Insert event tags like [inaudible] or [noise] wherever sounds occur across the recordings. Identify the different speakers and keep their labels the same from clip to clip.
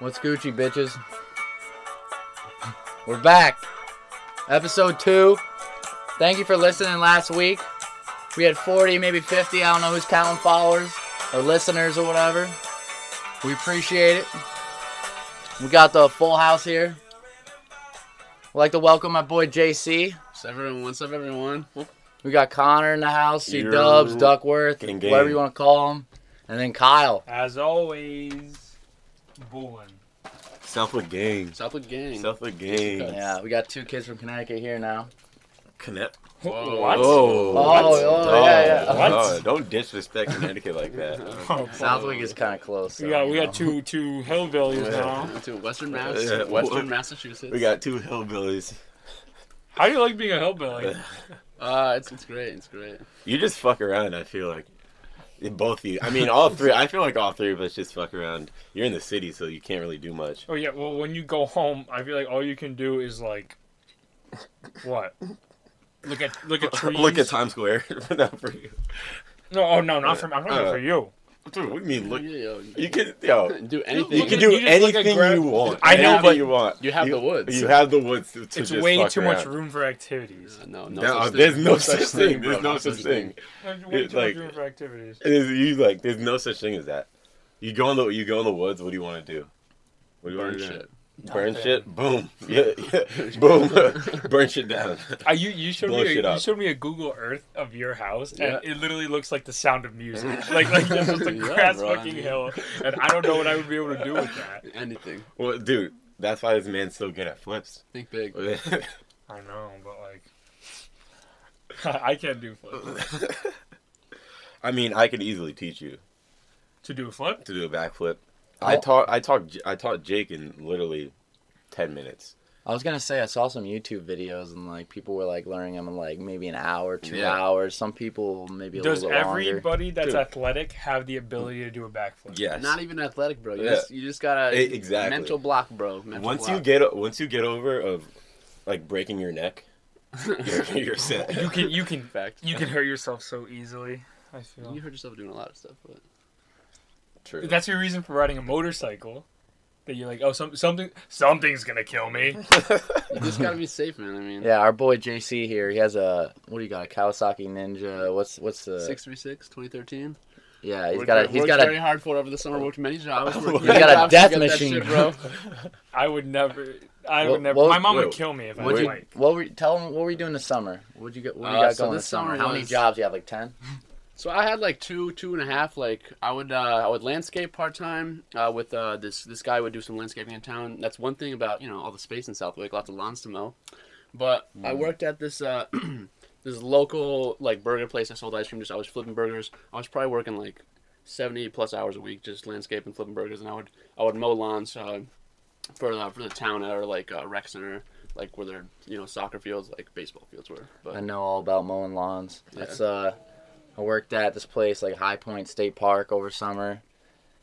Speaker 1: What's Gucci, bitches? We're back. Episode two. Thank you for listening last week. We had 40, maybe 50. I don't know who's counting followers or listeners or whatever. We appreciate it. We got the full house here. I'd like to welcome my boy JC.
Speaker 2: What's everyone? What's up, everyone?
Speaker 1: We got Connor in the house, C
Speaker 3: You're
Speaker 1: Dubs, Duckworth,
Speaker 3: gang, gang.
Speaker 1: whatever you want to call him. And then Kyle.
Speaker 4: As always, bowling.
Speaker 3: Southwood gang.
Speaker 2: Southwood gang.
Speaker 3: Southwood gang.
Speaker 2: Yes.
Speaker 1: Yeah, we got two kids from Connecticut here now.
Speaker 3: Connect.
Speaker 2: Whoa.
Speaker 4: What?
Speaker 3: Oh,
Speaker 1: oh, yeah, yeah.
Speaker 4: What?
Speaker 3: Dog, don't disrespect Connecticut like that.
Speaker 1: Southwick is kind of close. so,
Speaker 4: We got Oh, we
Speaker 1: you
Speaker 4: got
Speaker 1: know.
Speaker 4: two two hillbillies
Speaker 3: Yeah.
Speaker 4: now.
Speaker 2: To Western Mass,
Speaker 3: Yeah.
Speaker 2: Western Massachusetts.
Speaker 3: we got two hillbillies.
Speaker 4: How do you like being a hillbilly?
Speaker 2: Uh, it's it's great. It's great.
Speaker 3: You just fuck around. I feel like both of you. I mean, all three. I feel like all three of us just fuck around. You're in the city, so you can't really do much.
Speaker 4: Oh yeah. Well, when you go home, I feel like all you can do is like, what? Look at look at
Speaker 3: [laughs] [laughs]
Speaker 4: trees.
Speaker 3: Look at Times Square. [laughs] Not for you.
Speaker 4: No, oh no, not for me. I'm talking
Speaker 3: Uh,
Speaker 4: for you.
Speaker 3: Dude, what do you mean? Look,
Speaker 2: Yeah, yo,
Speaker 3: you can yo.
Speaker 2: do anything.
Speaker 3: You
Speaker 4: Look
Speaker 3: can
Speaker 4: at-
Speaker 3: do
Speaker 4: you just look at
Speaker 3: anything
Speaker 4: gra-
Speaker 3: you want.
Speaker 4: I know,
Speaker 3: Anything
Speaker 4: but
Speaker 3: you want.
Speaker 2: you have the woods.
Speaker 3: You have the woods to, to
Speaker 4: It's
Speaker 3: just
Speaker 4: way
Speaker 3: fuck
Speaker 4: too
Speaker 3: around.
Speaker 4: much room for activities.
Speaker 2: no, no,
Speaker 3: No,
Speaker 2: such
Speaker 3: there's
Speaker 2: thing.
Speaker 3: no such thing.
Speaker 2: bro,
Speaker 3: There's no such thing.
Speaker 4: There's way
Speaker 3: It's
Speaker 4: too
Speaker 3: like-
Speaker 4: much room for activities.
Speaker 3: It is, you like there's no such thing as that. You go in the you go in the woods. What do you want to do? What do you
Speaker 2: Burn
Speaker 3: want to
Speaker 2: shit.
Speaker 3: do? Burn
Speaker 4: Nothing.
Speaker 3: shit. Boom. Yeah. yeah. Boom. [laughs] Burn shit down.
Speaker 4: Uh, you you showed
Speaker 3: Blow
Speaker 4: me
Speaker 3: shit
Speaker 4: a,
Speaker 3: up.
Speaker 4: you showed me a Google Earth of your house,
Speaker 2: Yeah.
Speaker 4: and it literally looks like the Sound of Music, like like just a
Speaker 2: Yeah,
Speaker 4: grass
Speaker 2: bro, I
Speaker 4: fucking
Speaker 2: mean-
Speaker 4: hill, and I don't know what I would be able to do with that.
Speaker 2: Anything.
Speaker 3: Well, dude, that's why this man's so good at flips. [laughs]
Speaker 2: Think big.
Speaker 3: Oh,
Speaker 4: I know, but like, [laughs] I can't do flip.
Speaker 3: I mean, I could easily teach you
Speaker 4: To do a flip,
Speaker 3: to do a backflip. I
Speaker 1: Oh.
Speaker 3: taught I taught J- I taught Jake in literally ten minutes.
Speaker 1: I was gonna say I saw some YouTube videos and like people were like learning them in like maybe an hour, two
Speaker 3: Yeah.
Speaker 1: hours. Some people maybe a
Speaker 4: does
Speaker 1: little bit longer.
Speaker 4: everybody that's
Speaker 3: Dude.
Speaker 4: athletic have the ability to do a backflip?
Speaker 3: Yes.
Speaker 2: Not even athletic, bro. You,
Speaker 3: Yeah.
Speaker 2: just, you just got
Speaker 3: E-
Speaker 2: a
Speaker 3: exactly.
Speaker 2: mental block, bro. Mental
Speaker 3: once
Speaker 2: block.
Speaker 3: you get o- once you get over of like breaking your neck,
Speaker 2: [laughs]
Speaker 3: [laughs] you're, you're set.
Speaker 4: you can. You can.
Speaker 2: fact,
Speaker 4: You can hurt yourself so easily. I feel
Speaker 2: you hurt yourself doing a lot of stuff, but
Speaker 3: True. [laughs]
Speaker 4: that's your reason for riding a motorcycle. That you're like, oh, some, something, something's gonna kill me.
Speaker 2: you just gotta be safe, man. I mean,
Speaker 1: Yeah, our boy JC here. He has a what do you got? A Kawasaki Ninja. What's what's the?
Speaker 2: 636, 2013.
Speaker 1: yeah, he's
Speaker 2: Worked
Speaker 1: got a
Speaker 2: very-
Speaker 1: he's
Speaker 2: worked
Speaker 1: got
Speaker 2: very
Speaker 1: a
Speaker 2: hard for it over the summer. Worked
Speaker 1: [laughs]
Speaker 2: many jobs.
Speaker 3: He's
Speaker 2: worked
Speaker 3: got
Speaker 2: many
Speaker 1: a
Speaker 2: jobs to
Speaker 1: death
Speaker 2: get that
Speaker 1: machine.
Speaker 2: shit, bro.
Speaker 4: [laughs] I would never. I
Speaker 1: Well-
Speaker 4: would never.
Speaker 1: well-
Speaker 4: my mom
Speaker 3: wait,
Speaker 4: would kill me if I
Speaker 1: What
Speaker 4: was
Speaker 3: wait.
Speaker 1: you
Speaker 4: like.
Speaker 1: what were tell him what were you doing this summer? What you get? What you
Speaker 2: Uh,
Speaker 1: got
Speaker 2: so
Speaker 1: going
Speaker 2: this
Speaker 1: this summer?
Speaker 2: summer
Speaker 1: How many
Speaker 2: was-
Speaker 1: jobs you have? Like ten.
Speaker 2: So I had like two, two and a half. Like I would, uh, I would landscape part time uh, with uh, this this guy would do some landscaping in town. That's one thing about you know all the space in Southwick, lots of lawns to mow. But I
Speaker 3: Mm.
Speaker 2: worked at this uh, [clears throat] this local like burger place. I sold ice cream. Just I was flipping burgers. I was probably working like seventy plus hours a week, just landscaping, flipping burgers, and I would I would mow lawns uh, for the for the town or like uh, rec center, like where their you know soccer fields, like baseball fields were.
Speaker 1: I
Speaker 2: But
Speaker 1: know all about mowing lawns. That's uh, I worked at this place like High Point State Park over summer.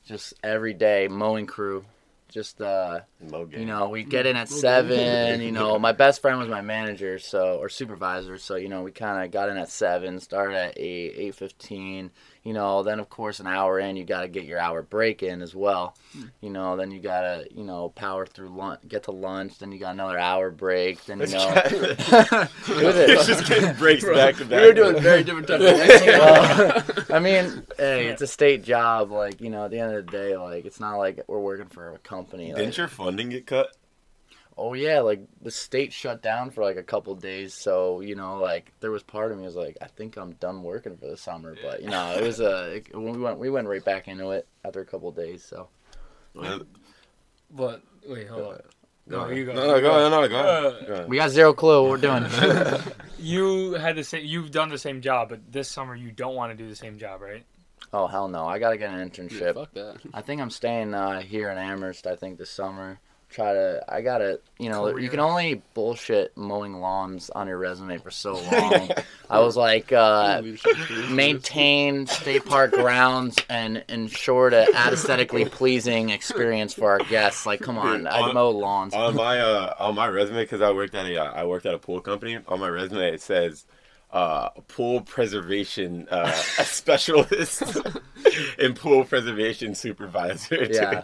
Speaker 1: Just every day mowing crew. Just uh,
Speaker 3: Logan.
Speaker 1: you know, we
Speaker 3: Mm-hmm.
Speaker 1: get in at seven. You know, my best friend was my manager, so or supervisor. So you know, we kind of got in at seven, started at eight, eight fifteen. You know, then of course an hour in, you got to get your hour break in as well.
Speaker 3: Hmm.
Speaker 1: You know, then you gotta you know power through lunch, get to lunch, then you got another hour break. Then you
Speaker 3: This
Speaker 1: know, [laughs]
Speaker 3: guy- [laughs]
Speaker 1: Who's it?
Speaker 3: It's
Speaker 2: [laughs]
Speaker 3: just getting breaks [laughs] back to
Speaker 2: we
Speaker 3: back.
Speaker 2: were doing very different types of
Speaker 1: [laughs]
Speaker 2: things.
Speaker 1: Well, I mean, hey, it's a state job. Like, you know, at the end of the day, like, it's not like we're working for a company. Like,
Speaker 3: [laughs] Didn't your funding get cut?
Speaker 1: oh yeah, like the state shut down for like a couple days, so you know, like there was part of me was like, I think I'm done working for the summer. But you know, it was
Speaker 2: [laughs]
Speaker 1: a it, when we went we went right back into it after a couple days. So
Speaker 4: But wait, hold on. No, you go.
Speaker 3: No, no, go, no, no, go.
Speaker 4: Uh,
Speaker 3: go.
Speaker 1: we got zero clue what we're
Speaker 2: [laughs]
Speaker 1: doing.
Speaker 3: [laughs]
Speaker 4: You had the same. You've done the same job, but this summer you don't want to do the same job, right?
Speaker 1: oh hell no, I gotta get an
Speaker 2: Yeah,
Speaker 1: internship.
Speaker 2: fuck that.
Speaker 1: I think I'm staying uh, here in Amherst. I think this summer. Try to. I gotta. You know, you
Speaker 4: Career.
Speaker 1: can only bullshit mowing lawns on your resume for
Speaker 2: [laughs]
Speaker 1: so long. I was like, uh,
Speaker 2: Leadership
Speaker 1: [laughs]
Speaker 2: experience.
Speaker 1: maintain state park grounds and ensure to aesthetically pleasing experience for our guests. Like, come on,
Speaker 3: Dude,
Speaker 1: I
Speaker 3: on-
Speaker 1: mow lawns.
Speaker 3: on my uh, on my resume, because I worked at a uh, I worked at a pool company. On my resume, it says uh, pool preservation
Speaker 1: [laughs]
Speaker 3: uh, [laughs] specialist and pool preservation supervisor. dude.
Speaker 1: yeah.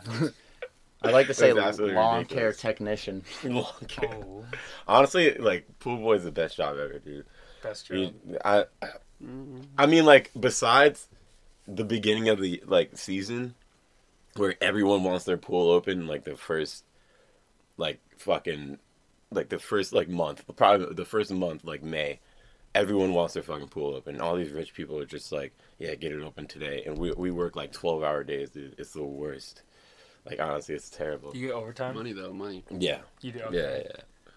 Speaker 1: I like to say lawn
Speaker 3: That's absolutely
Speaker 1: care
Speaker 3: ridiculous.
Speaker 1: technician.
Speaker 3: [laughs] Long hair.
Speaker 4: Oh,
Speaker 3: Honestly, like pool boy is the best job ever, dude.
Speaker 4: best
Speaker 3: I
Speaker 4: job.
Speaker 3: mean, I, I-
Speaker 2: Mm-hmm.
Speaker 3: I mean, like besides the beginning of the like season, where everyone wants their pool open, like the first, like fucking, like the first like month, probably the first month, like May, everyone wants their fucking pool open. All these rich people are just like, yeah, get it open today, and we we work like twelve hour days, dude. It's the worst. Like honestly, it's terrible.
Speaker 4: You get overtime.
Speaker 2: Money though, money.
Speaker 3: Yeah,
Speaker 4: You do.
Speaker 3: yeah,
Speaker 4: Okay.
Speaker 3: yeah.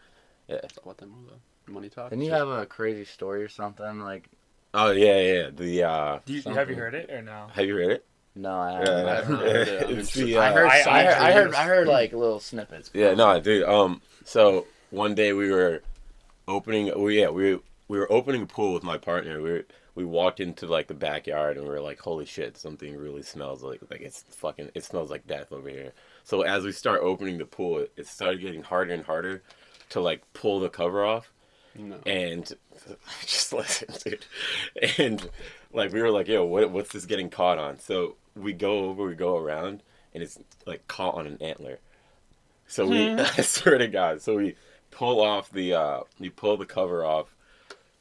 Speaker 2: It's all about that money though. Money talk.
Speaker 1: Didn't you have a crazy story or something? Like,
Speaker 3: Oh yeah, yeah. The uh,
Speaker 4: Do you, have you
Speaker 1: Something.
Speaker 4: heard it or no?
Speaker 3: have you read it?
Speaker 1: no, I haven't.
Speaker 3: Yeah,
Speaker 1: I
Speaker 2: I've
Speaker 1: haven't.
Speaker 2: heard
Speaker 3: [laughs]
Speaker 2: it.
Speaker 3: It's
Speaker 2: I'm
Speaker 3: the,
Speaker 2: sure-
Speaker 3: uh,
Speaker 1: I heard,
Speaker 4: I-
Speaker 1: I, I, heard, I heard,
Speaker 4: I-
Speaker 1: like little snippets.
Speaker 3: Yeah, no, dude. Um, so one day we were opening. Oh yeah, we we were opening a pool with my partner. We were, we walked into like the backyard and we were like, "Holy shit, something really smells like like it's fucking it smells like death over here." So as we start opening the pool, it, it started getting harder and harder to like pull the cover off
Speaker 2: No.
Speaker 3: and [laughs] I just listened, dude. And like we were like, yo, what, what's this getting caught on? So we go over, we go around, and it's like caught on an antler. So we, [laughs] I swear to God, so we pull off the, uh, we pull the cover off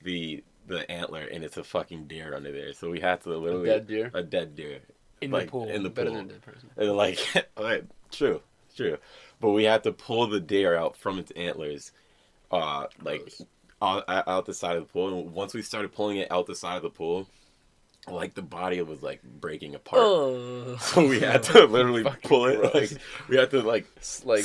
Speaker 3: the the antler, and it's a fucking deer under there. So we had to literally
Speaker 2: dead deer?
Speaker 3: a dead deer
Speaker 4: In
Speaker 3: like,
Speaker 4: the pool.
Speaker 3: in the
Speaker 2: Better
Speaker 3: pool.
Speaker 2: than a dead person.
Speaker 3: And like, [laughs] like, true, true. But we had to pull the deer out from its antlers, uh, like
Speaker 2: Gross.
Speaker 3: out, out the side of the pool. And once we started pulling it out the side of the pool, like the body was like breaking apart.
Speaker 4: oh.
Speaker 3: [laughs] So we
Speaker 2: [laughs]
Speaker 3: had to literally pull it.
Speaker 2: gross.
Speaker 3: Like we had to like
Speaker 2: S- Like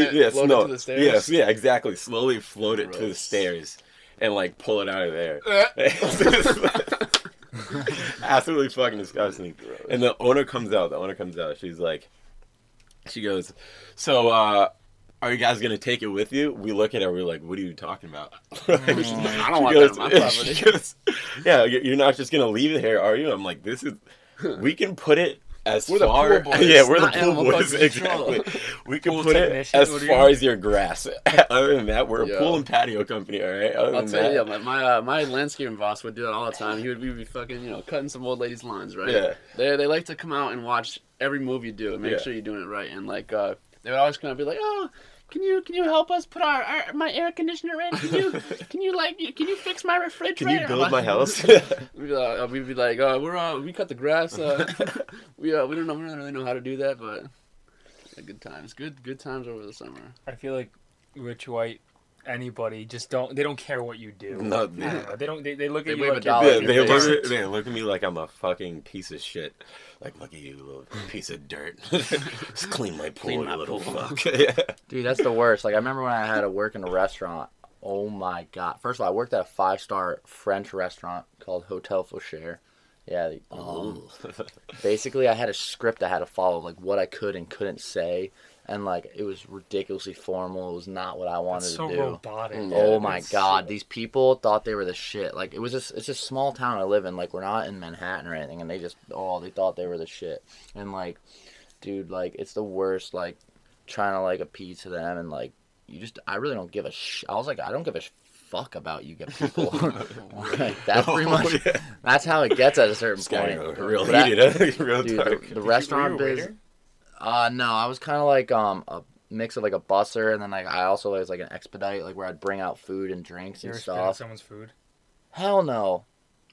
Speaker 2: slowly, it,
Speaker 3: yes,
Speaker 2: float
Speaker 3: no,
Speaker 2: it to the stairs.
Speaker 3: yes, yeah, exactly. Slowly float it to the
Speaker 2: Gross.
Speaker 3: stairs and like pull it out
Speaker 2: [laughs]
Speaker 3: of there. [laughs]
Speaker 2: Eh.
Speaker 3: Absolutely fucking disgusting.
Speaker 2: Gross.
Speaker 3: And the owner comes out. The owner comes out. She's like, she goes, so uh, are you guys gonna take it with you? We look at her. We're like, what are you talking about?
Speaker 2: Mm. I
Speaker 3: [laughs] She
Speaker 2: don't want
Speaker 3: goes-
Speaker 2: that on my
Speaker 3: [laughs] she
Speaker 2: property.
Speaker 3: goes, yeah, you- you're not just gonna leave it here, are you? I'm like,
Speaker 2: [laughs]
Speaker 3: this is. We can put it as
Speaker 2: We're the
Speaker 3: far.
Speaker 2: pool boys,
Speaker 3: [laughs] yeah, we're the
Speaker 2: not
Speaker 3: pool
Speaker 2: animal
Speaker 3: boys.
Speaker 2: fucking control.
Speaker 3: Exactly. We can
Speaker 4: Pool
Speaker 3: put it
Speaker 4: technicians,
Speaker 3: as
Speaker 4: what do you
Speaker 3: far
Speaker 4: mean?
Speaker 3: as
Speaker 2: [laughs]
Speaker 3: your grass. [laughs] Other than that, we're
Speaker 2: Yeah.
Speaker 3: a pool and patio company. All right. Other
Speaker 2: I'll
Speaker 3: than
Speaker 2: tell you, yeah,
Speaker 3: that,
Speaker 2: my my, uh, my landscaping boss would do that all the time. He would we'd be fucking, you know, cutting some old ladies' lawns, right?
Speaker 3: Yeah.
Speaker 2: They they like to come out and watch every move you do and make
Speaker 3: Yeah.
Speaker 2: sure you're doing it right. And like, uh, they would always come out and be like, oh. Can you can you help us put our, our my air conditioner in? Can
Speaker 3: [laughs]
Speaker 2: you can you like can you fix my refrigerator?
Speaker 3: can
Speaker 2: [laughs]
Speaker 3: you build my house? [laughs]
Speaker 2: We'd be like, uh, we'd be like uh, we're uh, we cut the
Speaker 1: [laughs]
Speaker 2: grass. Uh, we uh, we don't know we don't really know how to do that, but uh, good times, good good times over the summer.
Speaker 4: I feel like rich white anybody just don't they don't care what you do.
Speaker 3: No,
Speaker 4: I don't know. they don't. They, they look
Speaker 2: They
Speaker 4: at you
Speaker 2: wave
Speaker 4: like
Speaker 2: a dollar
Speaker 4: you're
Speaker 3: Yeah,
Speaker 2: in your
Speaker 3: they
Speaker 2: face.
Speaker 3: look, at, they look at me like I'm a fucking piece of shit. Like, look at you, little piece of dirt. [laughs] Just clean my pool,
Speaker 2: Clean my
Speaker 3: you little
Speaker 2: pool.
Speaker 3: fuck. [laughs] yeah.
Speaker 1: Dude, that's the worst. Like I remember when I had to work in a restaurant. Oh my god! First of all, I worked at a five-star French restaurant called Hotel Faucher. Yeah. the- Um,
Speaker 3: [laughs]
Speaker 1: basically, I had a script I had to follow, like what I could and couldn't say, and like it was ridiculously formal. It was not what I wanted
Speaker 4: That's so
Speaker 1: to do.
Speaker 4: robotic.
Speaker 2: Mm.
Speaker 1: Oh
Speaker 2: Yeah,
Speaker 1: my
Speaker 4: it's-
Speaker 1: god, these people thought they were the shit. Like it was just it's just small town I live in. Like we're not in Manhattan or anything and they just oh they thought they were the shit. And like dude, like it's the worst like trying to like appease to them and like you just I really don't give a sh- I was like I don't give a sh- fuck about you get
Speaker 3: [laughs]
Speaker 1: people. [laughs] like that's pretty
Speaker 3: Oh,
Speaker 1: much
Speaker 3: [laughs] yeah.
Speaker 1: that's how it gets at a certain
Speaker 3: This guy
Speaker 1: point.
Speaker 3: got real
Speaker 1: But I-
Speaker 3: heated, huh? [laughs] real
Speaker 1: dude,
Speaker 3: dark.
Speaker 1: the, the restaurant
Speaker 4: Were you a
Speaker 1: biz
Speaker 4: waiter?
Speaker 1: uh no, I was kind of like um a mix of like a busser and then like I also was like an expedite like where I'd bring out food and drinks
Speaker 4: You
Speaker 1: and
Speaker 4: were spitting
Speaker 1: stuff.
Speaker 4: someone's food.
Speaker 1: Hell no.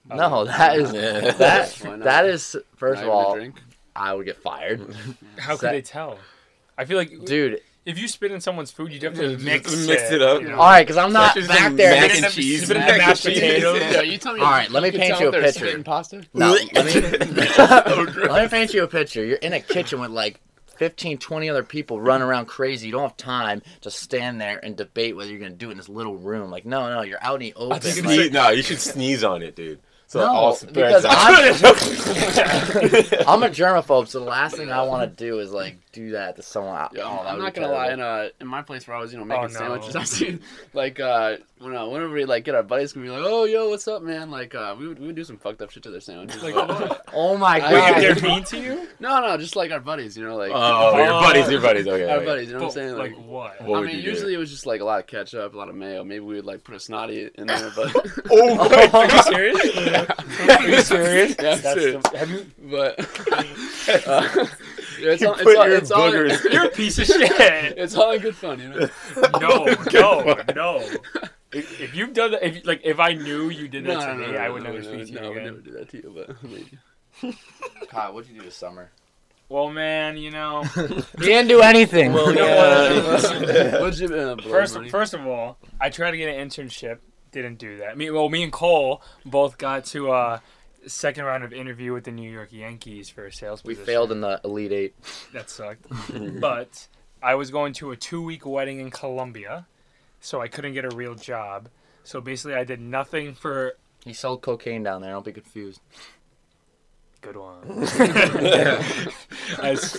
Speaker 4: Oh,
Speaker 1: No, that is
Speaker 2: [laughs]
Speaker 3: Yeah.
Speaker 2: Why
Speaker 1: that
Speaker 2: not?
Speaker 1: that is first of
Speaker 2: Not even a
Speaker 1: all,
Speaker 2: drink?
Speaker 1: I would get
Speaker 2: [laughs]
Speaker 1: fired.
Speaker 4: How could
Speaker 1: that-
Speaker 4: they tell? I feel like
Speaker 1: Dude,
Speaker 4: if you spit in someone's food, you definitely
Speaker 3: Just
Speaker 4: mix,
Speaker 3: mix it up.
Speaker 4: you know.
Speaker 1: all right, cuz I'm not
Speaker 3: Especially
Speaker 1: back
Speaker 3: some
Speaker 1: there.
Speaker 3: mac
Speaker 1: and-
Speaker 3: and cheese,
Speaker 4: [laughs] some
Speaker 3: mac
Speaker 4: mashed
Speaker 3: and cheese.
Speaker 4: potatoes.
Speaker 2: Yeah, you tell me.
Speaker 1: All right, let me
Speaker 2: can
Speaker 1: paint
Speaker 2: tell
Speaker 1: you
Speaker 2: if
Speaker 1: a
Speaker 2: they're
Speaker 1: picture. [laughs]
Speaker 2: spitting Pasta?
Speaker 1: No, let
Speaker 3: [laughs]
Speaker 1: me
Speaker 3: [laughs]
Speaker 1: [laughs]
Speaker 3: So gross.
Speaker 1: let me paint you a picture. You're in a kitchen with like 15, 20 other people running around crazy. You don't have time to stand there and debate whether you're going to do it in this little room. Like, no, no, you're out in the open.
Speaker 4: think it's
Speaker 1: Like,
Speaker 3: Sneeze- no, you should sneeze on it, dude. So it
Speaker 1: No,
Speaker 3: all spreads
Speaker 1: because
Speaker 3: [laughs] out.
Speaker 1: I'm a germaphobe, so the last thing I want to do is like do that to someone. I-
Speaker 2: Yeah,
Speaker 1: oh, that
Speaker 2: I'm
Speaker 1: would
Speaker 2: not
Speaker 1: be
Speaker 2: gonna lie. In
Speaker 1: terrible.
Speaker 2: uh, in my place where I was, you know,
Speaker 4: Oh,
Speaker 2: making
Speaker 4: no.
Speaker 2: sandwiches, [laughs] I see like uh, when uh, whenever we like get our buddies, gonna be like, oh yo, what's up, man? Like uh, we would we would do some fucked up shit to their sandwiches.
Speaker 4: Like
Speaker 2: but-
Speaker 4: what?
Speaker 1: Oh my
Speaker 2: I-
Speaker 4: Wait, if
Speaker 1: god.
Speaker 2: Yeah.
Speaker 4: they're mean to you?
Speaker 2: [laughs] no, no, just like our buddies, you know, like
Speaker 3: [laughs] oh, your buddies, your buddies. Okay.
Speaker 2: our
Speaker 3: okay.
Speaker 2: buddies. You know what I'm
Speaker 4: But,
Speaker 2: saying? Like,
Speaker 4: like what?
Speaker 3: What
Speaker 2: I
Speaker 3: would
Speaker 2: mean,
Speaker 3: you do?
Speaker 2: usually it was just like a lot of ketchup, a lot of mayo. Maybe we would like put a snotty in
Speaker 4: [laughs]
Speaker 2: there, but
Speaker 3: Oh my
Speaker 4: Are you
Speaker 2: [laughs]
Speaker 4: serious? Are you serious?
Speaker 2: Yeah, I'm
Speaker 4: That's [laughs]
Speaker 2: serious.
Speaker 4: the- have you
Speaker 2: but uh, It's
Speaker 3: You
Speaker 2: all, it's
Speaker 3: put
Speaker 2: all,
Speaker 3: your
Speaker 2: it's all,
Speaker 3: boogers-
Speaker 4: You're a piece of shit.
Speaker 2: [laughs] it's all in good fun, you know.
Speaker 4: No,
Speaker 3: Good
Speaker 4: no,
Speaker 3: one.
Speaker 4: no. If, if you've done that, if like if I knew you did that to me, I would
Speaker 2: no,
Speaker 4: never
Speaker 2: no,
Speaker 4: speak
Speaker 2: no,
Speaker 4: to
Speaker 2: I
Speaker 4: you
Speaker 2: would
Speaker 4: again.
Speaker 2: never do that to you, but
Speaker 4: [laughs]
Speaker 2: maybe.
Speaker 1: God, what'd you do this summer?
Speaker 4: Well, man, you know,
Speaker 1: Can't do anything.
Speaker 4: Well,
Speaker 2: [laughs]
Speaker 3: yeah.
Speaker 2: What'd you uh, blow
Speaker 4: Oh, first
Speaker 2: money?
Speaker 4: first of all, I tried to get an internship, didn't do that. Me, well, me and Cole both got to uh, second round of interview with the New York Yankees for a sales
Speaker 1: we
Speaker 4: position.
Speaker 1: failed in the Elite Eight.
Speaker 4: That sucked. but I was going to a two week wedding in Colombia, so I couldn't get a real job. So basically, I did nothing for
Speaker 1: He sold cocaine down there. Don't be confused.
Speaker 4: good one. [laughs] I s-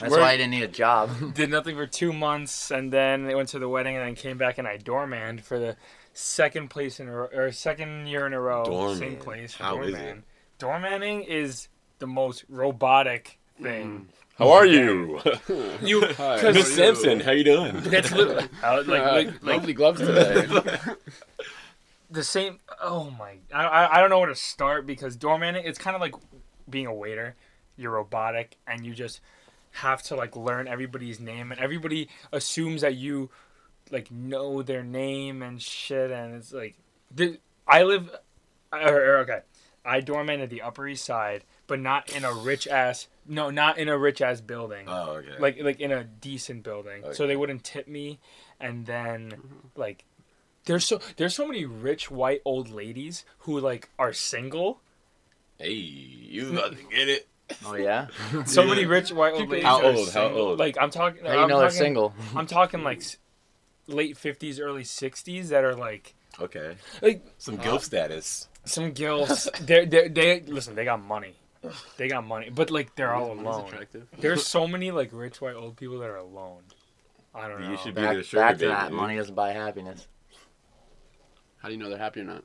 Speaker 1: That's
Speaker 4: Where-
Speaker 1: why I didn't need a job.
Speaker 4: did nothing for two months, and then they went to the wedding, and then came back and I doormanned for the second place in a row, or second year in a row, same
Speaker 3: Doorman.
Speaker 4: place.
Speaker 3: How is
Speaker 4: doorman. Doormanning is the most robotic thing.
Speaker 3: How are you,
Speaker 4: You,
Speaker 2: Hi, how are
Speaker 3: Miss
Speaker 2: you?
Speaker 3: Simpson? How you
Speaker 4: [laughs]
Speaker 3: doing?
Speaker 4: that's literally
Speaker 2: [laughs]
Speaker 4: like,
Speaker 2: Uh,
Speaker 4: like, like
Speaker 2: lovely gloves today.
Speaker 4: the same. Oh my! I, I, I don't know where to start because doorman. It's kind of like being a waiter. You're robotic, and you just have to like learn everybody's name, and everybody assumes that you like know their name and shit. And it's like, the, I live. Or, or, okay, I doorman at the Upper East Side, but not in a rich ass. No, not in a rich ass building
Speaker 3: Oh, okay.
Speaker 4: like like in a decent building so
Speaker 3: Okay. Mm-hmm.
Speaker 4: they wouldn't tip me and then like there's so there's so many rich white old ladies who like are single
Speaker 3: hey, you about to get it?
Speaker 1: Oh yeah.
Speaker 4: so
Speaker 3: Yeah.
Speaker 4: many rich white old
Speaker 2: People-
Speaker 4: ladies
Speaker 3: How
Speaker 4: are
Speaker 3: old? How
Speaker 4: single.
Speaker 3: old?
Speaker 4: like i'm talking
Speaker 1: How you
Speaker 4: I'm
Speaker 1: know they're
Speaker 4: talking-
Speaker 1: single?
Speaker 4: i'm talking like s- late 50s early 60s that are like
Speaker 3: Okay.
Speaker 4: like
Speaker 3: Some guilt status. [laughs]
Speaker 4: some gills they they they listen they got money they got money but like [laughs] they're all
Speaker 2: He's
Speaker 4: alone
Speaker 2: attractive.
Speaker 4: there's so many like rich white old people that are alone i don't know
Speaker 3: You should be
Speaker 1: Back,
Speaker 3: the sugar
Speaker 1: back to
Speaker 3: baby,
Speaker 1: that.
Speaker 3: dude.
Speaker 1: Money doesn't buy happiness.
Speaker 2: How do you know they're happy or not?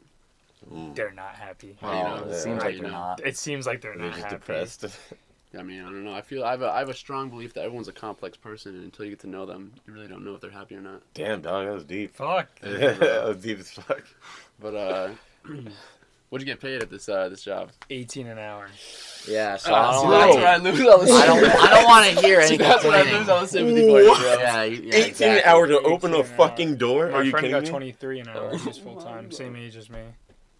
Speaker 3: Mm.
Speaker 4: they're not happy
Speaker 1: Oh,
Speaker 2: do you know?
Speaker 1: it
Speaker 3: Yeah.
Speaker 1: seems
Speaker 2: How do
Speaker 1: like
Speaker 2: you
Speaker 1: they're
Speaker 2: know?
Speaker 1: not.
Speaker 4: It seems like they're
Speaker 3: They're
Speaker 4: not
Speaker 3: just
Speaker 4: happy.
Speaker 3: depressed. [laughs]
Speaker 2: I mean, I don't know. I feel I have a I have a strong belief that everyone's a complex person, and until you get to know them, you really don't know if they're happy or not.
Speaker 3: Damn, dog, that was deep. [laughs]
Speaker 4: Fuck.
Speaker 3: that was deep as fuck.
Speaker 2: But uh, [clears throat] what'd you get paid at this uh this job?
Speaker 4: 18 an hour.
Speaker 1: Yeah. So
Speaker 2: Ah,
Speaker 1: I
Speaker 2: see,
Speaker 1: don't.
Speaker 2: that's
Speaker 1: Like,
Speaker 2: where I lose all the.
Speaker 1: I don't. I don't want to hear
Speaker 2: [laughs] See,
Speaker 1: anything.
Speaker 2: that's where I lose all the sympathy for you,
Speaker 3: What?
Speaker 2: bro.
Speaker 1: Yeah. you- yeah,
Speaker 3: 18
Speaker 1: exactly.
Speaker 3: hours to open
Speaker 4: 18
Speaker 3: a
Speaker 4: an
Speaker 3: fucking door? Are
Speaker 4: My
Speaker 3: you
Speaker 4: friend
Speaker 3: kidding
Speaker 4: got
Speaker 3: me?
Speaker 4: 23 an hour. He's
Speaker 2: Oh
Speaker 4: full
Speaker 2: my
Speaker 4: time,
Speaker 2: God.
Speaker 4: same age as me.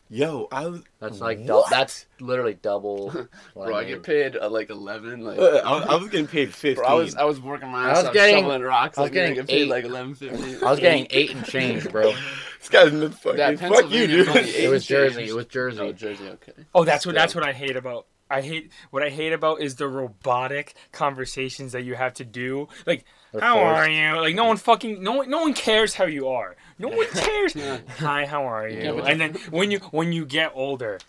Speaker 3: Yo, I was.
Speaker 1: That's like dou-
Speaker 3: What?
Speaker 1: that's literally double. What
Speaker 2: Bro,
Speaker 1: I,
Speaker 2: I get paid uh, like eleven. Like,
Speaker 3: Uh, [laughs] I, was- I was getting paid 15.
Speaker 2: bro, I was I was working my
Speaker 1: I
Speaker 2: ass
Speaker 1: was
Speaker 2: off
Speaker 1: getting-
Speaker 2: shoveling rocks.
Speaker 1: I was
Speaker 2: like, getting
Speaker 1: getting
Speaker 2: paid
Speaker 1: eight.
Speaker 2: like eleven fifty.
Speaker 1: I was getting eight and change, bro.
Speaker 3: this guy's in the fucking.
Speaker 2: That
Speaker 3: fuck you,
Speaker 2: Pennsylvania
Speaker 3: dude.
Speaker 2: money,
Speaker 1: It
Speaker 3: [laughs]
Speaker 1: was Jersey. It was
Speaker 2: Oh,
Speaker 1: Jersey.
Speaker 2: Jersey, okay.
Speaker 4: Oh, that's what
Speaker 2: Still.
Speaker 4: that's what I hate about. I hate what I hate about is the robotic conversations that you have to do. Like,
Speaker 1: They're
Speaker 4: how are
Speaker 1: forced.
Speaker 4: you? Like, no one fucking no one no one cares how you are.
Speaker 2: [laughs]
Speaker 4: No one cares.
Speaker 2: Yeah.
Speaker 4: Hi, how are you?
Speaker 2: Yeah, but-
Speaker 4: and then when you when you get older,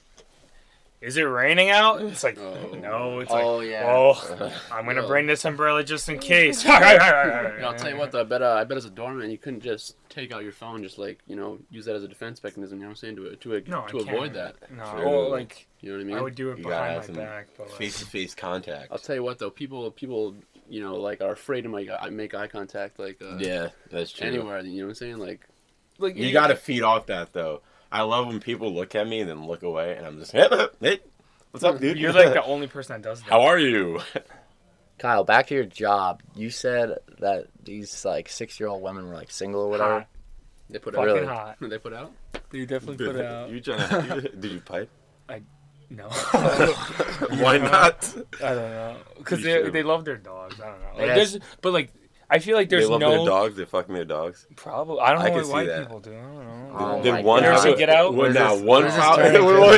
Speaker 4: is it raining out? It's like
Speaker 2: Oh.
Speaker 4: no. It's like
Speaker 1: Oh yeah.
Speaker 4: Oh, I'm gonna
Speaker 2: [laughs] Yo.
Speaker 4: bring this umbrella just in case. [laughs]
Speaker 2: You know, I'll tell you what, though. I bet, uh, I bet as a doorman, you couldn't just take out your phone, just like you know, use that as a defense mechanism. You know what I'm saying? To uh, to,
Speaker 4: No, I
Speaker 2: to
Speaker 4: can't.
Speaker 2: avoid that.
Speaker 4: No,
Speaker 3: True.
Speaker 4: well, like
Speaker 2: You know what I mean?
Speaker 4: I would do it
Speaker 3: You gotta
Speaker 4: behind
Speaker 3: have some
Speaker 4: my back, but like, [laughs]
Speaker 3: Face to face contact.
Speaker 2: I'll tell you what, though. People, people, you know, like are afraid to make eye- make eye contact, like uh,
Speaker 3: yeah, that's true.
Speaker 2: anywhere. You know what I'm saying? Like,
Speaker 4: like
Speaker 3: You gotta feed off that, though. I love when people look at me and then look away, and I'm just, [laughs] hey, hey, what's up, dude?
Speaker 4: You're like the only person that does
Speaker 3: [laughs]
Speaker 4: that.
Speaker 3: How are you?
Speaker 1: [laughs] Kyle, back to your job. You said that these like six-year-old women were like single or whatever.
Speaker 4: Hot.
Speaker 2: they put
Speaker 4: Fucking
Speaker 2: out.
Speaker 1: Really?
Speaker 4: hot.
Speaker 2: [laughs] They put out.
Speaker 4: You definitely put
Speaker 3: [laughs]
Speaker 4: out.
Speaker 3: you trying to, did you pipe? [laughs]
Speaker 4: No, [laughs]
Speaker 3: Why
Speaker 4: Uh,
Speaker 3: not?
Speaker 4: I don't know, because
Speaker 3: You
Speaker 4: they
Speaker 3: should.
Speaker 4: they love their dogs. I don't know.
Speaker 1: They
Speaker 4: Like,
Speaker 1: have-
Speaker 4: there's, but like, I feel like there's
Speaker 3: they love their
Speaker 4: no
Speaker 3: dogs. They fuck their dogs.
Speaker 4: problem. I don't
Speaker 3: I
Speaker 4: know
Speaker 3: can
Speaker 4: what
Speaker 3: see
Speaker 4: white
Speaker 3: that. Uh,
Speaker 4: people do. I don't know.
Speaker 1: Oh
Speaker 3: Did
Speaker 1: my
Speaker 3: one
Speaker 1: God.
Speaker 4: Nurse
Speaker 3: have
Speaker 4: it,
Speaker 3: a-
Speaker 4: get out.
Speaker 3: Well,
Speaker 1: Where's
Speaker 3: nah,
Speaker 1: this-
Speaker 3: one,
Speaker 1: where's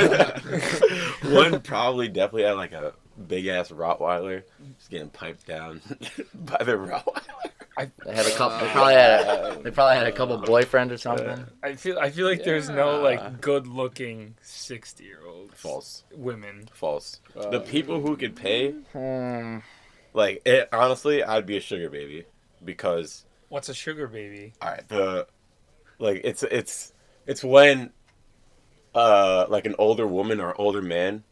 Speaker 1: this
Speaker 3: prob- [laughs]
Speaker 1: turning?
Speaker 4: [laughs]
Speaker 3: one, one probably definitely had like a big ass Rottweiler just getting piped down [laughs] by the Rottweiler.
Speaker 1: They had a couple. They probably had. A, they probably had a couple boyfriends or something.
Speaker 4: I feel I feel like there's no like good-looking sixty-year-old
Speaker 3: False,
Speaker 4: women.
Speaker 3: false.
Speaker 4: Uh,
Speaker 3: the people who could pay,
Speaker 1: Hmm.
Speaker 3: like it, honestly, I'd be a sugar baby because
Speaker 4: What's a sugar baby?
Speaker 3: all right, the like it's it's it's when uh like an older woman or older man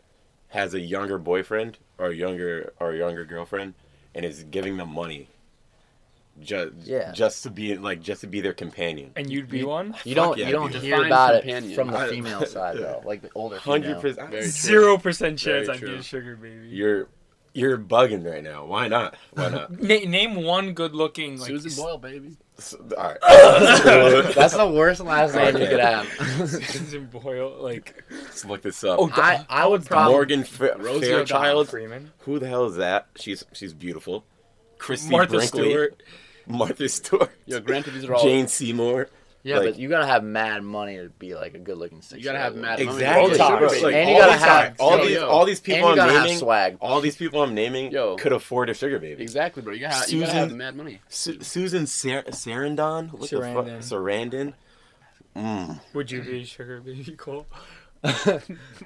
Speaker 3: has a younger boyfriend or younger or younger girlfriend and is giving them money just
Speaker 1: Yeah.
Speaker 3: just to be like just to be their companion
Speaker 4: And you'd be one.
Speaker 1: You don't.
Speaker 3: yeah,
Speaker 1: you don't
Speaker 3: dude.
Speaker 1: hear
Speaker 2: Define
Speaker 1: about
Speaker 2: companion.
Speaker 1: it from the
Speaker 3: I-
Speaker 1: female side though, like the older female.
Speaker 3: 100%
Speaker 2: Very true.
Speaker 4: Zero percent
Speaker 2: Very
Speaker 4: chance I'd be
Speaker 2: true.
Speaker 4: a sugar baby.
Speaker 3: you're You're bugging right now. Why not?
Speaker 2: [laughs]
Speaker 3: Why not?
Speaker 4: Na- name one good-looking like
Speaker 2: Susan
Speaker 4: s-
Speaker 2: Boyle, baby.
Speaker 3: So-
Speaker 2: [laughs]
Speaker 3: all right.
Speaker 1: That's the worst last name you
Speaker 3: Okay.
Speaker 1: could have.
Speaker 4: Susan Boyle, like
Speaker 3: Let's look this up.
Speaker 4: Oh,
Speaker 1: I, I would probably
Speaker 3: Morgan Fa-
Speaker 2: Rosie
Speaker 3: Fairchild.
Speaker 4: Freeman.
Speaker 3: Who the hell is that? She's she's beautiful. Christy
Speaker 4: Martha
Speaker 3: Brinkley.
Speaker 4: Stewart.
Speaker 3: Martha Stewart.
Speaker 2: Yo, granted, these are all.
Speaker 3: Jane Seymour.
Speaker 1: yeah,
Speaker 3: like-
Speaker 1: but you gotta have mad money to be like a good looking six.
Speaker 2: You gotta have mad money.
Speaker 3: Exactly.
Speaker 4: All the
Speaker 3: Bro,
Speaker 4: time.
Speaker 3: like,
Speaker 1: And you
Speaker 3: all
Speaker 1: gotta
Speaker 3: the
Speaker 1: have-
Speaker 3: time. all
Speaker 2: yo,
Speaker 3: these
Speaker 2: yo.
Speaker 3: all these people
Speaker 1: And you
Speaker 3: I'm
Speaker 1: gotta have
Speaker 3: naming.
Speaker 2: [laughs]
Speaker 1: swag.
Speaker 3: All these people I'm naming
Speaker 2: Yo.
Speaker 3: could afford a sugar
Speaker 2: [laughs]
Speaker 3: baby.
Speaker 2: Exactly, bro. You gotta, you gotta
Speaker 3: Susan-
Speaker 2: have mad
Speaker 3: [laughs]
Speaker 2: money. [laughs]
Speaker 3: Su- Susan Sar- Sarandon. What
Speaker 4: Sarandon.
Speaker 3: the fuck? Sarandon. Mm.
Speaker 4: Would you be sugar baby [laughs] Cole?